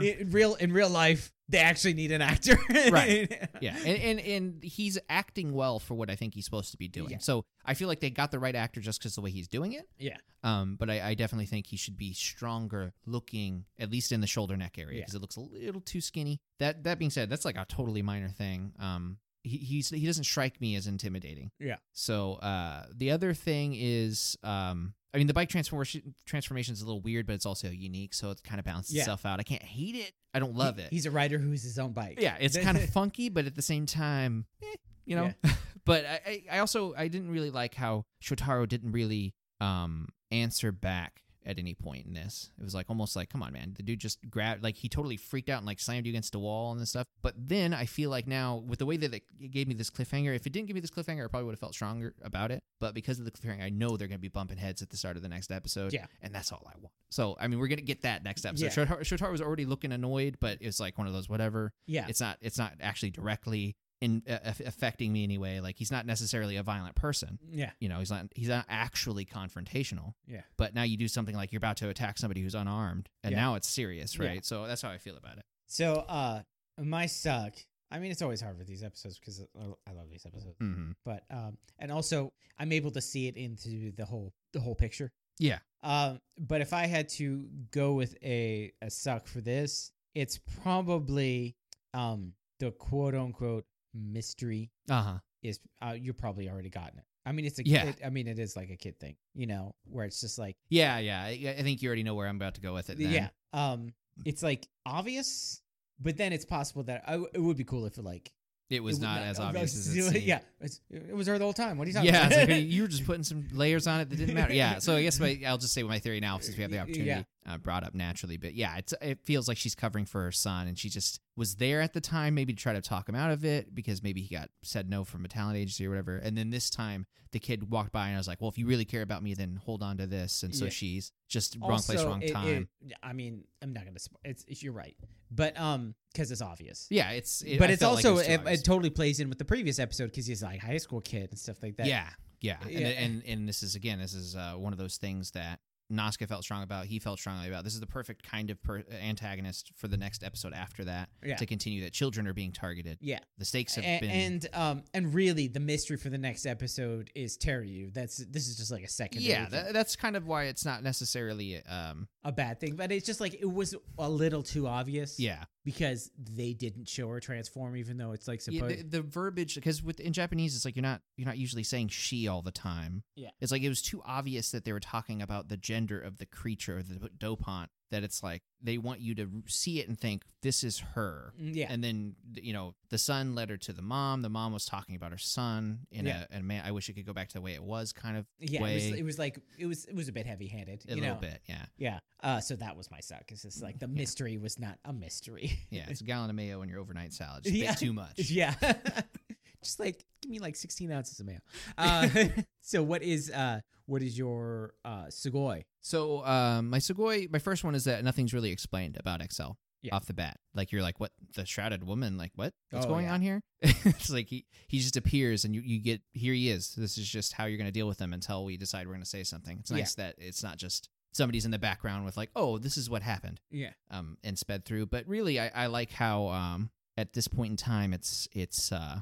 A: In, in real in real life, they actually need an actor.
B: Right. yeah, and, and and he's acting well for what I think he's supposed to be doing.
A: Yeah.
B: So I feel like they got the right actor just because the way he's doing it.
A: Yeah.
B: Um, but I, I definitely think he should be stronger looking, at least in the shoulder neck area,
A: Yeah.
B: because it looks a little too skinny. That that being said, that's like a totally minor thing. Um, he he's, he doesn't strike me as intimidating.
A: Yeah.
B: So uh, the other thing is, um, I mean, the bike transformation transformation is a little weird, but it's also unique, so it kind of balances
A: Yeah.
B: itself out. I can't hate it. I don't love
A: He-
B: it.
A: He's a writer who's his own bike.
B: Yeah, it's kind of funky, but at the same time, eh, you know. but I, I I also I didn't really like how Shotaro didn't really um answer back at any point in this. It was like almost like, come on, man, the dude just grabbed like he totally freaked out and like slammed you against the wall and this stuff. But then I feel like now with the way that it gave me this cliffhanger, if it didn't give me this cliffhanger, I probably would have felt stronger about it. But because of the cliffhanger, I know they're gonna be bumping heads at the start of the next episode.
A: Yeah.
B: and that's all I want. So I mean, we're gonna get that next episode.
A: Yeah.
B: Shotaro, Shotaro was already looking annoyed, but it's like one of those whatever
A: yeah.
B: it's not it's not actually directly in uh, aff- affecting me anyway like he's not necessarily a violent person
A: Yeah.
B: you know he's not he's not actually confrontational
A: Yeah.
B: but now you do something like you're about to attack somebody who's unarmed and
A: Yeah.
B: now it's serious
A: Yeah.
B: right so that's how i feel about it
A: So, uh, my suck. I mean, it's always hard with these episodes because I I love these episodes,
B: mm-hmm.
A: but um, and also I'm able to see it into the whole the whole picture.
B: yeah
A: Um, but if I had to go with a, a suck for this, it's probably um the quote unquote mystery
B: uh-huh
A: is uh, you probably already gotten it. I mean, it's a
B: Yeah.
A: it- I mean, it is like a kid thing, you know, where it's just like
B: yeah yeah I, I think you already know where i'm about to go with it then. Hmm.
A: yeah, um, it's like obvious, but then it's possible that I, it would be cool if it like
B: it was
A: would
B: not as obvious as it
A: yeah,
B: seemed.
A: yeah, it's, it was her the whole time. What are you talking
B: yeah, it's
A: about?
B: like, you were just putting some layers on it that didn't matter. Yeah, so I guess my, I'll just say my theory now since we have the
A: Yeah.
B: opportunity uh, brought up naturally. But yeah, it's, it feels like she's covering for her son, and she just was there at the time, maybe to try to talk him out of it because maybe he got said no from a talent agency or whatever. And then this time, the kid walked by, and I was like, "Well, if you really care about me, then hold on to this." And so
A: Yeah.
B: she's just wrong place,
A: Also,
B: wrong
A: it- it-
B: time.
A: I mean, I'm not gonna. spo- It's, it's you're right, but um, because it's obvious.
B: yeah, it's it-
A: but
B: I
A: it's
B: felt like it
A: also
B: was too
A: it,
B: obvious.
A: it totally plays in with the previous episode because he's like high school kid and stuff like that.
B: yeah, yeah, and,
A: Yeah.
B: and and this is again, this is uh, one of those things that Nasca felt strong about. He felt strongly about. This is the perfect kind of per- antagonist for the next episode after that
A: Yeah.
B: to continue that children are being targeted.
A: yeah.
B: The stakes have
A: A-
B: been
A: and um and really the mystery for the next episode is Terryu. That's this is just like a second.
B: yeah, tha- that's kind of why it's not necessarily um
A: a bad thing, but it's just like it was a little too obvious.
B: yeah
A: because they didn't show her transform, even though it's like
B: Yeah,
A: supposed.
B: the, the verbiage because with in Japanese it's like you're not you're not usually saying she all the time.
A: Yeah.
B: it's like it was too obvious that they were talking about the gender of the creature, the dopant, that it's like they want you to see it and think this is her.
A: mm, Yeah.
B: And then you know the son led her to the mom. The mom was talking about her son in
A: Yeah.
B: a and man, I wish it could go back to the way it was kind of
A: yeah, it was,
B: way
A: it was like it was it was a bit heavy handed.
B: a
A: you
B: little
A: know?
B: bit. Yeah,
A: Yeah. Uh, so that was my suck. It's just like the mystery was not a mystery.
B: yeah. It's a gallon of mayo in your overnight salad. Just a bit
A: Yeah.
B: too much.
A: yeah. just like give me like 16 ounces of mayo. Uh, so what is uh what is your uh sugoi?
B: So um, my Sugoi, my first one is that nothing's really explained about XL
A: Yeah.
B: off the bat. Like you're like, what the shrouded woman? Like what? What's
A: Oh,
B: going
A: yeah.
B: on here? it's like he he just appears and you you get here he is. This is just how you're gonna deal with him until we decide we're gonna say something. It's
A: Yeah.
B: nice that it's not just somebody's in the background with like, oh, this is what happened,
A: Yeah.
B: um, and sped through. But really, I I like how um at this point in time it's it's uh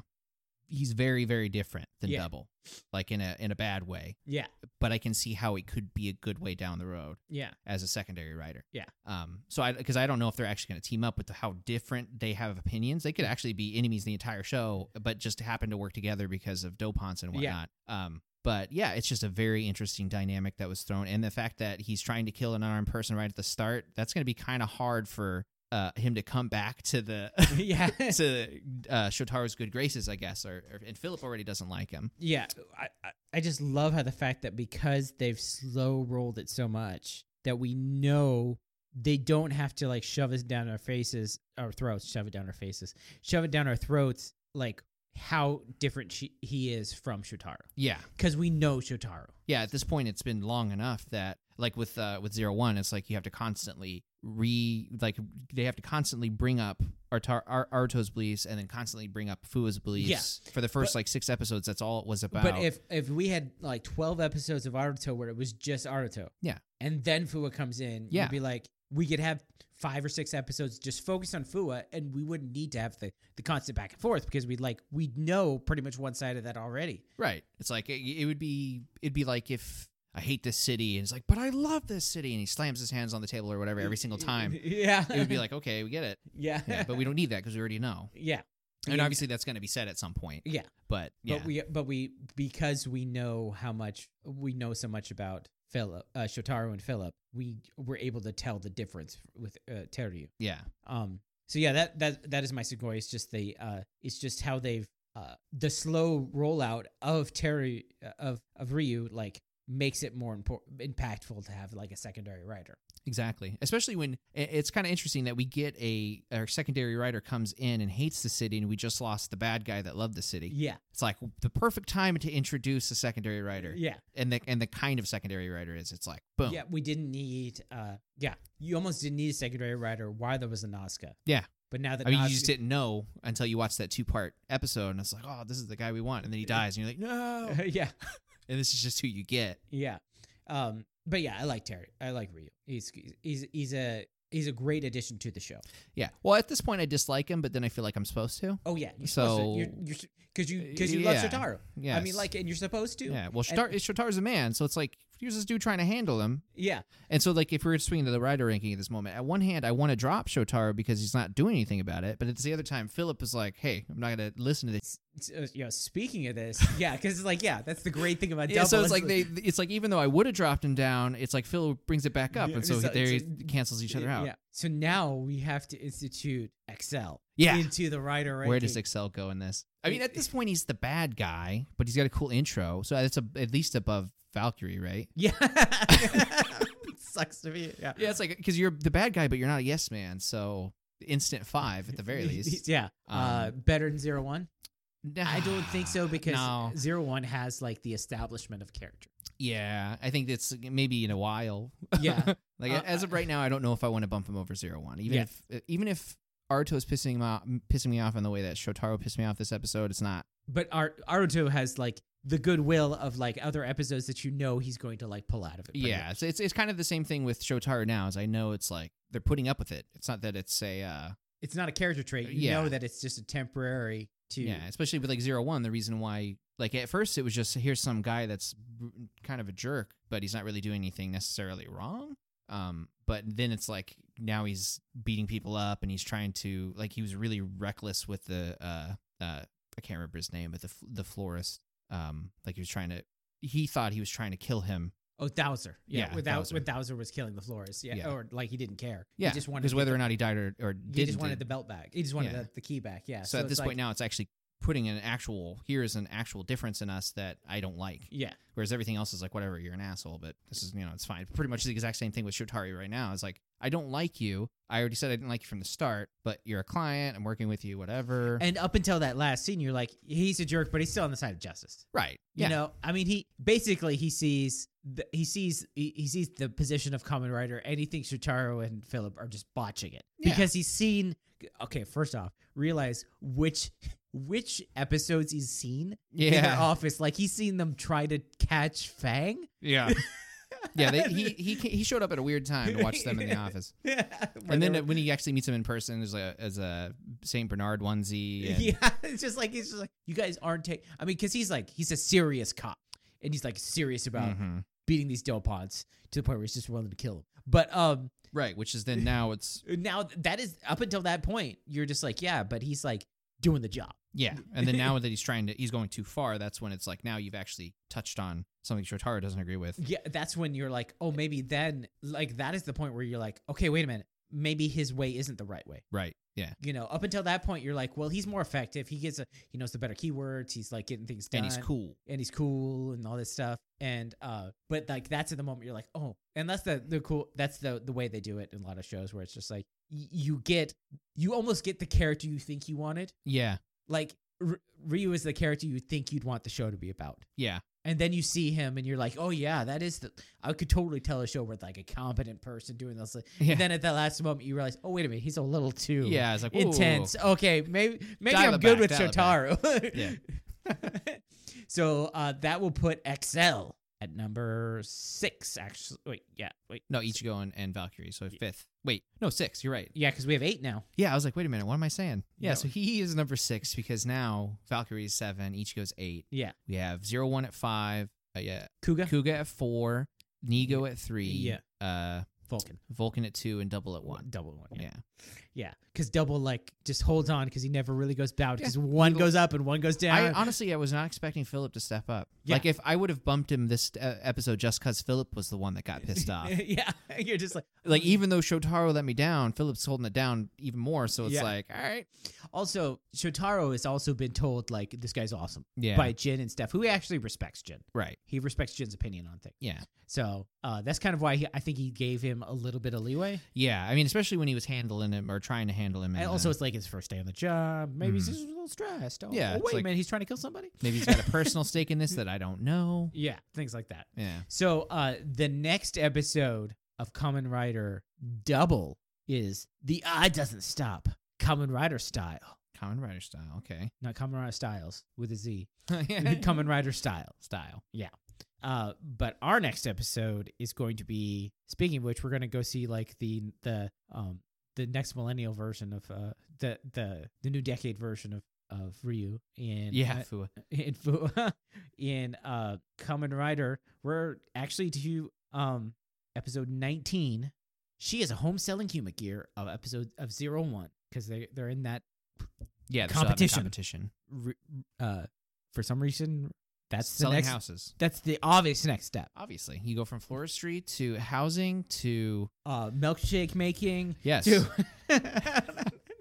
B: he's very very different than
A: Yeah.
B: double like in a in a bad way
A: Yeah.
B: but i can see how it could be a good way down the road
A: Yeah.
B: as a secondary writer.
A: Yeah.
B: Um. So I because I don't know if they're actually going to team up with the, how different they have opinions. They could actually be enemies the entire show, but just happen to work together because of dopants and
A: Yeah.
B: whatnot. Um. But yeah, it's just a very interesting dynamic that was thrown, and the fact that he's trying to kill an unarmed person right at the start, that's going to be kind of hard for uh him to come back to the.
A: Yeah.
B: to uh, Shotaro's good graces, I guess, or, or and Philip already doesn't like him.
A: yeah. I, I- I just love how the fact that because they've slow rolled it so much that we know they don't have to like shove it down our faces our throats, shove it down our faces, shove it down our throats, like how different she, he is from Shotaro.
B: Yeah,
A: Because we know Shotaro.
B: yeah at this point it's been long enough that like with uh with zero one it's like you have to constantly re like they have to constantly bring up Artar- Ar- Aruto's beliefs and then constantly bring up Fua's beliefs for the first like six episodes that's all it was about
A: But if if we had like twelve episodes of Aruto where it was just Aruto,
B: Yeah.
A: and then Fua comes in,
B: Yeah.
A: you'd be like, we could have five or six episodes just focused on Fua, and we wouldn't need to have the the constant back and forth because we would like we know pretty much one side of that already.
B: right it's like it, it would be it'd be like if I hate this city and it's like but I love this city and he slams his hands on the table or whatever every single time
A: yeah,
B: it would be like okay we get it
A: yeah,
B: yeah, but we don't need that because we already know
A: yeah,
B: and
A: Yeah.
B: obviously that's going to be said at some point
A: Yeah.
B: but yeah
A: But we, but we, because we know how much we know so much about Philip, uh, Shotaro and Philip, we were able to tell the difference with uh, Teryu.
B: yeah
A: Um. So yeah, that that that is my Sugoi. It's just the uh, it's just how they've uh, the slow rollout of Terry uh, of of Ryu like makes it more impor- impactful to have like a secondary writer.
B: Exactly. Especially when i- it's kind of interesting that we get a our secondary writer comes in and hates the city, and we just lost the bad guy that loved the city.
A: Yeah,
B: It's like the perfect time to introduce a secondary writer,
A: yeah,
B: and the and the kind of secondary writer is. It's like boom.
A: yeah. We didn't need uh, yeah, you almost didn't need a secondary writer. Why there was a Nazca?
B: Yeah.
A: but now that
B: I mean, you
A: Nazca-
B: just didn't know until you watched that two part episode, and it's like, oh, this is the guy we want, and then he dies, and you're like, no,
A: yeah,
B: and this is just who you get.
A: yeah. Um, but yeah, I like Terry. I like Ryu. He's he's he's a he's a great addition to the show.
B: Yeah. Well, at this point, I dislike him, but then I feel like I'm supposed to.
A: Oh yeah, you're supposed
B: So-
A: to, you're, you're, because you because you love
B: Yeah.
A: Shotaro.
B: Yeah.
A: I mean, like, and you're supposed to.
B: yeah. Well, Shotar, Shotar's a man, so it's like here's this dude trying to handle him,
A: Yeah.
B: And so, like, if we were swinging to the rider ranking at this moment, at one hand, I want to drop Shotaro because he's not doing anything about it. But at the other time, Philip is like, hey, I'm not going to listen to this.
A: S- uh, you know, speaking of this, yeah, because it's like, yeah, that's the great thing about double.
B: Yeah, so it's like they, it's like even though I would have dropped him down, it's like Phil brings it back up,
A: Yeah,
B: and so
A: it's a-
B: they
A: it's a-
B: cancels each other out.
A: Yeah. So now we have to institute Excel
B: Yeah,
A: into the writer ranking.
B: where does Excel go in this? I mean, at this point, he's the bad guy, but he's got a cool intro, so that's a, at least above Valkyrie, right?
A: Yeah. It Sucks to be. Yeah.
B: Yeah, it's like because you're the bad guy, but you're not a yes man, so instant five at the very least. Um,
A: yeah. uh, better than zero one. I don't think so because
B: No.
A: zero one has like the establishment of character.
B: Yeah, I think it's maybe in a while.
A: Yeah.
B: like
A: Uh,
B: as of right now, I don't know if I want to bump him over zero one. Even
A: Yeah.
B: if e, even if Arto is pissing him off, pissing me off in the way that Shotaro pissed me off this episode, it's not.
A: but Ar- Aruto has like the goodwill of like other episodes that you know he's going to like pull out of it. pretty
B: yeah,
A: much.
B: so it's it's kind of the same thing with Shotaro now. As I know, it's like they're putting up with it. It's not that it's a uh,
A: It's not a character trait. You
B: Yeah.
A: know that it's just a temporary to
B: yeah, especially with like zero one. The reason why like at first it was just here's some guy that's r- kind of a jerk, but he's not really doing anything necessarily wrong. Um, but then it's like now he's beating people up and he's trying to like he was really reckless with the uh uh I can't remember his name, but the f- the florist. Um, like he was trying to he thought he was trying to kill him
A: Oh, Thouser. Yeah,
B: Yeah,
A: when, Thou-
B: Thouser.
A: when Thouser was killing the Flores. Yeah,
B: Yeah.
A: or like he didn't care.
B: Yeah,
A: he just wanted
B: because
A: to get
B: whether
A: the-
B: or not he died or, or didn't,
A: he just wanted
B: it-
A: the belt back. He just wanted
B: Yeah.
A: the, the key back. Yeah.
B: so, at
A: it's
B: this
A: like-
B: point now, it's actually putting an actual here is an actual difference in us that I don't like.
A: yeah,
B: Whereas everything else is like whatever, you're an asshole, but this is you know it's fine. Pretty much the exact same thing with Shotari right now. It's like I don't like you. I already said I didn't like you from the start, but you're a client. I'm working with you, whatever.
A: and up until that last scene, you're like, he's a jerk, but he's still on the side of justice.
B: right?
A: You
B: Yeah.
A: know, I mean, he basically he sees the, he sees he, he sees the position of common writer, and he thinks Shotaro and Philip are just botching it
B: Yeah.
A: because he's seen. Okay, first off, realize which which episodes he's seen in their
B: yeah.
A: office. Like he's seen them try to catch Fang.
B: Yeah. yeah. They, he he he showed up at a weird time to watch them in the office. and then when he actually meets him in person, there's like a, as a Saint Bernard onesie. And,
A: yeah, it's just like it's just like you guys aren't taking. I mean, because he's like he's a serious cop, and he's like serious about
B: Mhm.
A: beating these doponts to the point where he's just willing to kill them. But um,
B: Right, which is then now it's
A: now th- that is up until that point, you're just like, yeah, but he's like doing the job.
B: yeah, and then now that he's trying to he's going too far, that's when it's like now you've actually touched on something Shotaro doesn't agree with.
A: Yeah, that's when you're like, oh, maybe then like that is the point where you're like, okay, wait a minute, maybe his way isn't the right way.
B: Right. Yeah.
A: You know, up until that point, you're like, well, he's more effective. He gets a, he knows the better keywords. He's like getting things done.
B: And he's cool.
A: and he's cool and all this stuff and uh but like that's at the moment you're like oh and that's the the cool that's the the way they do it in a lot of shows where it's just like y- you get you almost get the character you think you wanted
B: Yeah.
A: like R- Ryu is the character you think you'd want the show to be about
B: Yeah.
A: and then you see him and you're like oh yeah that is the I could totally tell a show with like a competent person doing this
B: Yeah.
A: and then at that last moment you realize oh wait a minute he's a little too
B: yeah. It's like whoa, whoa, whoa.
A: intense. Okay, maybe maybe
B: Dial
A: I'm
B: it
A: good
B: back,
A: with
B: dial it back.
A: Shotaro. so uh, that will put XL at number six. Actually, wait, yeah, wait,
B: No, Ichigo and, and Valkyrie. So fifth. Wait, no, six. You're right.
A: yeah, because we have eight now.
B: Yeah, I was like, wait a minute, what am I saying? Yeah,
A: Yeah.
B: so he is number six because now Valkyrie's seven, Ichigo's eight.
A: Yeah,
B: We have zero one at five. Uh, yeah,
A: Kuga,
B: Kuga at four, Nigo at three.
A: Yeah.
B: Uh,
A: Vulcan,
B: Vulcan at two and Double at one.
A: double one. Yeah,
B: Yeah.
A: yeah, because double like just holds on because he never really goes down
B: Yeah.
A: because one
B: He-
A: goes up and one goes down.
B: I honestly, I was not expecting Philip to step up.
A: Yeah.
B: Like, if I would have bumped him this uh, episode just because Philip was the one that got pissed off.
A: yeah, you're just like
B: uh, like, e even though Shotaro let me down, Philip's holding it down even more. So it's
A: Yeah.
B: like, all right.
A: also Shotaro has also been told like this guy's awesome
B: Yeah.
A: by Jin and Steph, who actually respects Jin.
B: Right.
A: He respects Jin's opinion on things.
B: Yeah.
A: So uh, that's kind of why he, I think he gave him a little bit of leeway.
B: Yeah. I mean, especially when he was handling him or trying to handle him. uh, in
A: And
B: the-
A: also, it's like his first day on the job. Maybe he's
B: Mhm.
A: just a little stressed. Oh,
B: Yeah,
A: oh,
B: it's
A: wait,
B: like-
A: man, he's trying to kill somebody.
B: Maybe he's got a personal stake in this that I don't know.
A: Yeah, things like that.
B: Yeah.
A: So uh, the next episode of Common Rider Double is the Eye Doesn't Stop Common Rider Style,
B: Common Rider style. Okay.
A: not Common Rider Styles with a Z. Common Rider Style style. Yeah. Uh, but our next episode is going to be speaking of which we're going to go see like the the um the next millennial version of uh the the the new decade version of of Ryu in uh,
B: yeah. Fua.
A: in Fu- in uh Kamen Rider. We're actually to um episode 19. She is a home selling human gear of episode of zero one because they they're in that
B: Yeah. they're still having
A: Competition.
B: Competition.
A: re- uh for some reason that's the
B: Selling
A: next
B: houses.
A: that's the obvious next step.
B: Obviously, you go from floristry to housing to
A: Uh, milkshake making.
B: yes,
A: To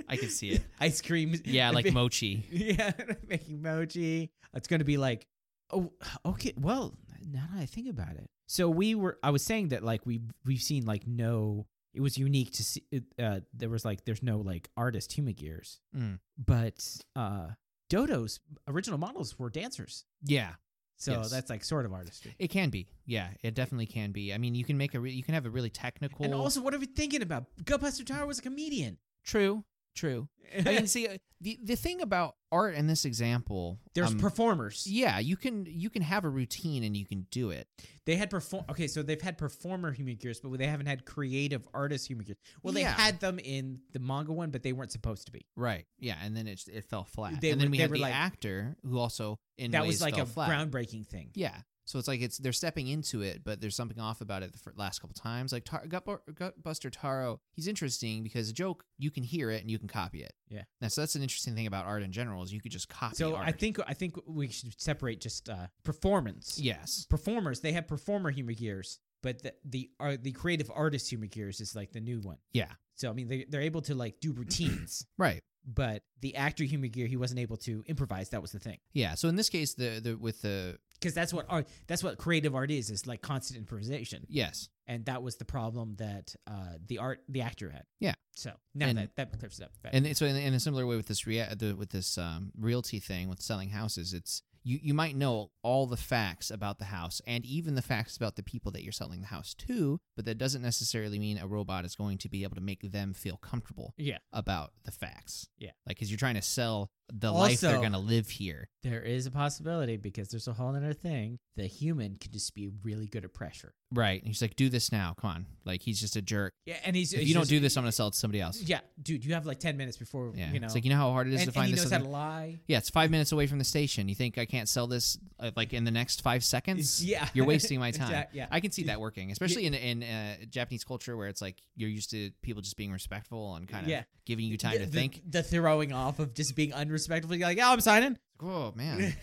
B: I can see it.
A: Ice cream.
B: yeah, like mochi.
A: yeah, making mochi. It's gonna be like, oh, okay. Well, now that I think about it, so we were. I was saying that like we we've seen like no. It was unique to see. it, Uh, there was like there's no like artist human gears,
B: Mm.
A: but uh, Dodo's original models were dancers.
B: Yeah,
A: So
B: Yes.
A: that's like sort of artistry.
B: it can be. Yeah, it definitely can be. I mean, you can make a re- you can have a really technical.
A: And also, what are we thinking about? Gutbuster Tower was a comedian.
B: true, true. I mean, see, uh, the the thing about art in this example,
A: There's
B: um,
A: performers.
B: yeah, you can you can have a routine and you can do it.
A: They had perform. Okay, so they've had performer human gears, but they haven't had creative artist human gears. Well,
B: Yeah.
A: they had them in the manga one, but they weren't supposed to be.
B: Right. Yeah, and then it it fell flat.
A: They
B: and then
A: were-
B: we
A: they
B: had
A: were
B: the
A: like-
B: actor who also in
A: that
B: ways
A: was like
B: fell
A: a
B: flat.
A: groundbreaking thing.
B: Yeah. So it's like it's they're stepping into it, but there's something off about it the fir- last couple times. Like Tar- Gut- Gutbuster Taro, he's interesting because a joke you can hear it and you can copy it.
A: Yeah.
B: Now, so that's an interesting thing about art in general is you could just copy.
A: So I
B: art.
A: think I think we should separate just uh, performance.
B: yes,
A: Performers they have performer humor gears, but the the are the creative artist humor gears is like the new one.
B: yeah,
A: So I mean they they're able to like do routines,
B: right.
A: but the actor humor gear he wasn't able to improvise. That was the thing
B: Yeah. So in this case, the the with the
A: because that's what art that's what creative art is is like constant improvisation,
B: yes,
A: and that was the problem that uh, the art the actor had.
B: Yeah.
A: So now
B: And-
A: that that clears it up. better.
B: and so in, in a similar way with this rea- the, with this um, realty thing with selling houses, it's you you might know all the facts about the house and even the facts about the people that you're selling the house to, but that doesn't necessarily mean a robot is going to be able to make them feel comfortable
A: yeah,
B: about the facts.
A: Yeah.
B: like because you're trying to sell the life they're
A: Also-
B: going to live here.
A: there is a possibility because there's a whole other thing. The human could just be really good at pressure.
B: Right. And he's like, do this now. Come on. Like he's just a jerk.
A: Yeah, and he's
B: If
A: he's
B: you don't
A: just-
B: do this, I'm going to sell it to somebody else.
A: Yeah, dude, you have like ten minutes before
B: Yeah.
A: you know.
B: It's like you know how hard it is
A: and,
B: to find
A: and he
B: this.
A: knows
B: other-
A: how to lie.
B: Yeah, it's five minutes away from the station. You think I can't sell this uh, like in the next five seconds?
A: Yeah,
B: You're wasting my time.
A: Exact- yeah,
B: I can see that working, especially in in uh, Japanese culture where it's like you're used to people just being respectful and kind of
A: Yeah.
B: giving you time
A: the,
B: to
A: the-
B: think.
A: The throwing off of just being unrespectful. You're like, oh, I'm signing.
B: Oh man,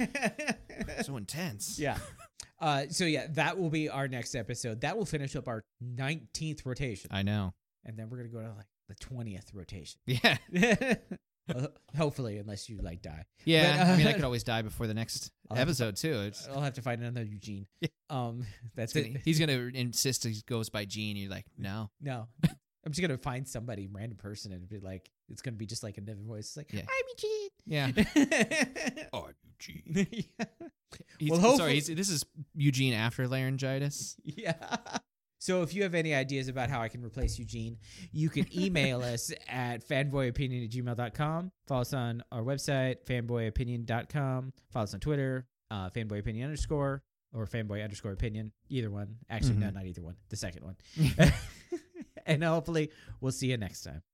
B: so intense.
A: yeah. Uh, so yeah, that will be our next episode. That will finish up our nineteenth rotation,
B: I know.
A: and then we're gonna go to like the twentieth rotation.
B: Yeah,
A: Uh, hopefully, unless you like die,
B: yeah.
A: But, uh,
B: I mean, I could always die before the next
A: I'll have to
B: episode too. It's,
A: I'll have to find another Eugene.
B: Yeah.
A: Um, that's
B: it's gonna-
A: it.
B: he's gonna insist he goes by Gene. You're like, no.
A: No. I'm just gonna find somebody random person and be like, it's gonna be just like another voice. It's like,
B: Yeah.
A: I'm
B: Yeah.
A: Eugene.
B: Are you Gene?
A: yeah.
B: He's,
A: Well,
B: sorry.
A: hopefully-
B: He's, this is Eugene after laryngitis.
A: Yeah. So if you have any ideas about how I can replace Eugene, you can email us at fanboyopinion at gmail.com. Follow us on our website, fanboyopinion.com. Follow us on Twitter, uh, fanboyopinion underscore or fanboy underscore opinion. Either one. Actually, no,
B: Mhm.
A: not either one. The second one. and hopefully we'll see you next time.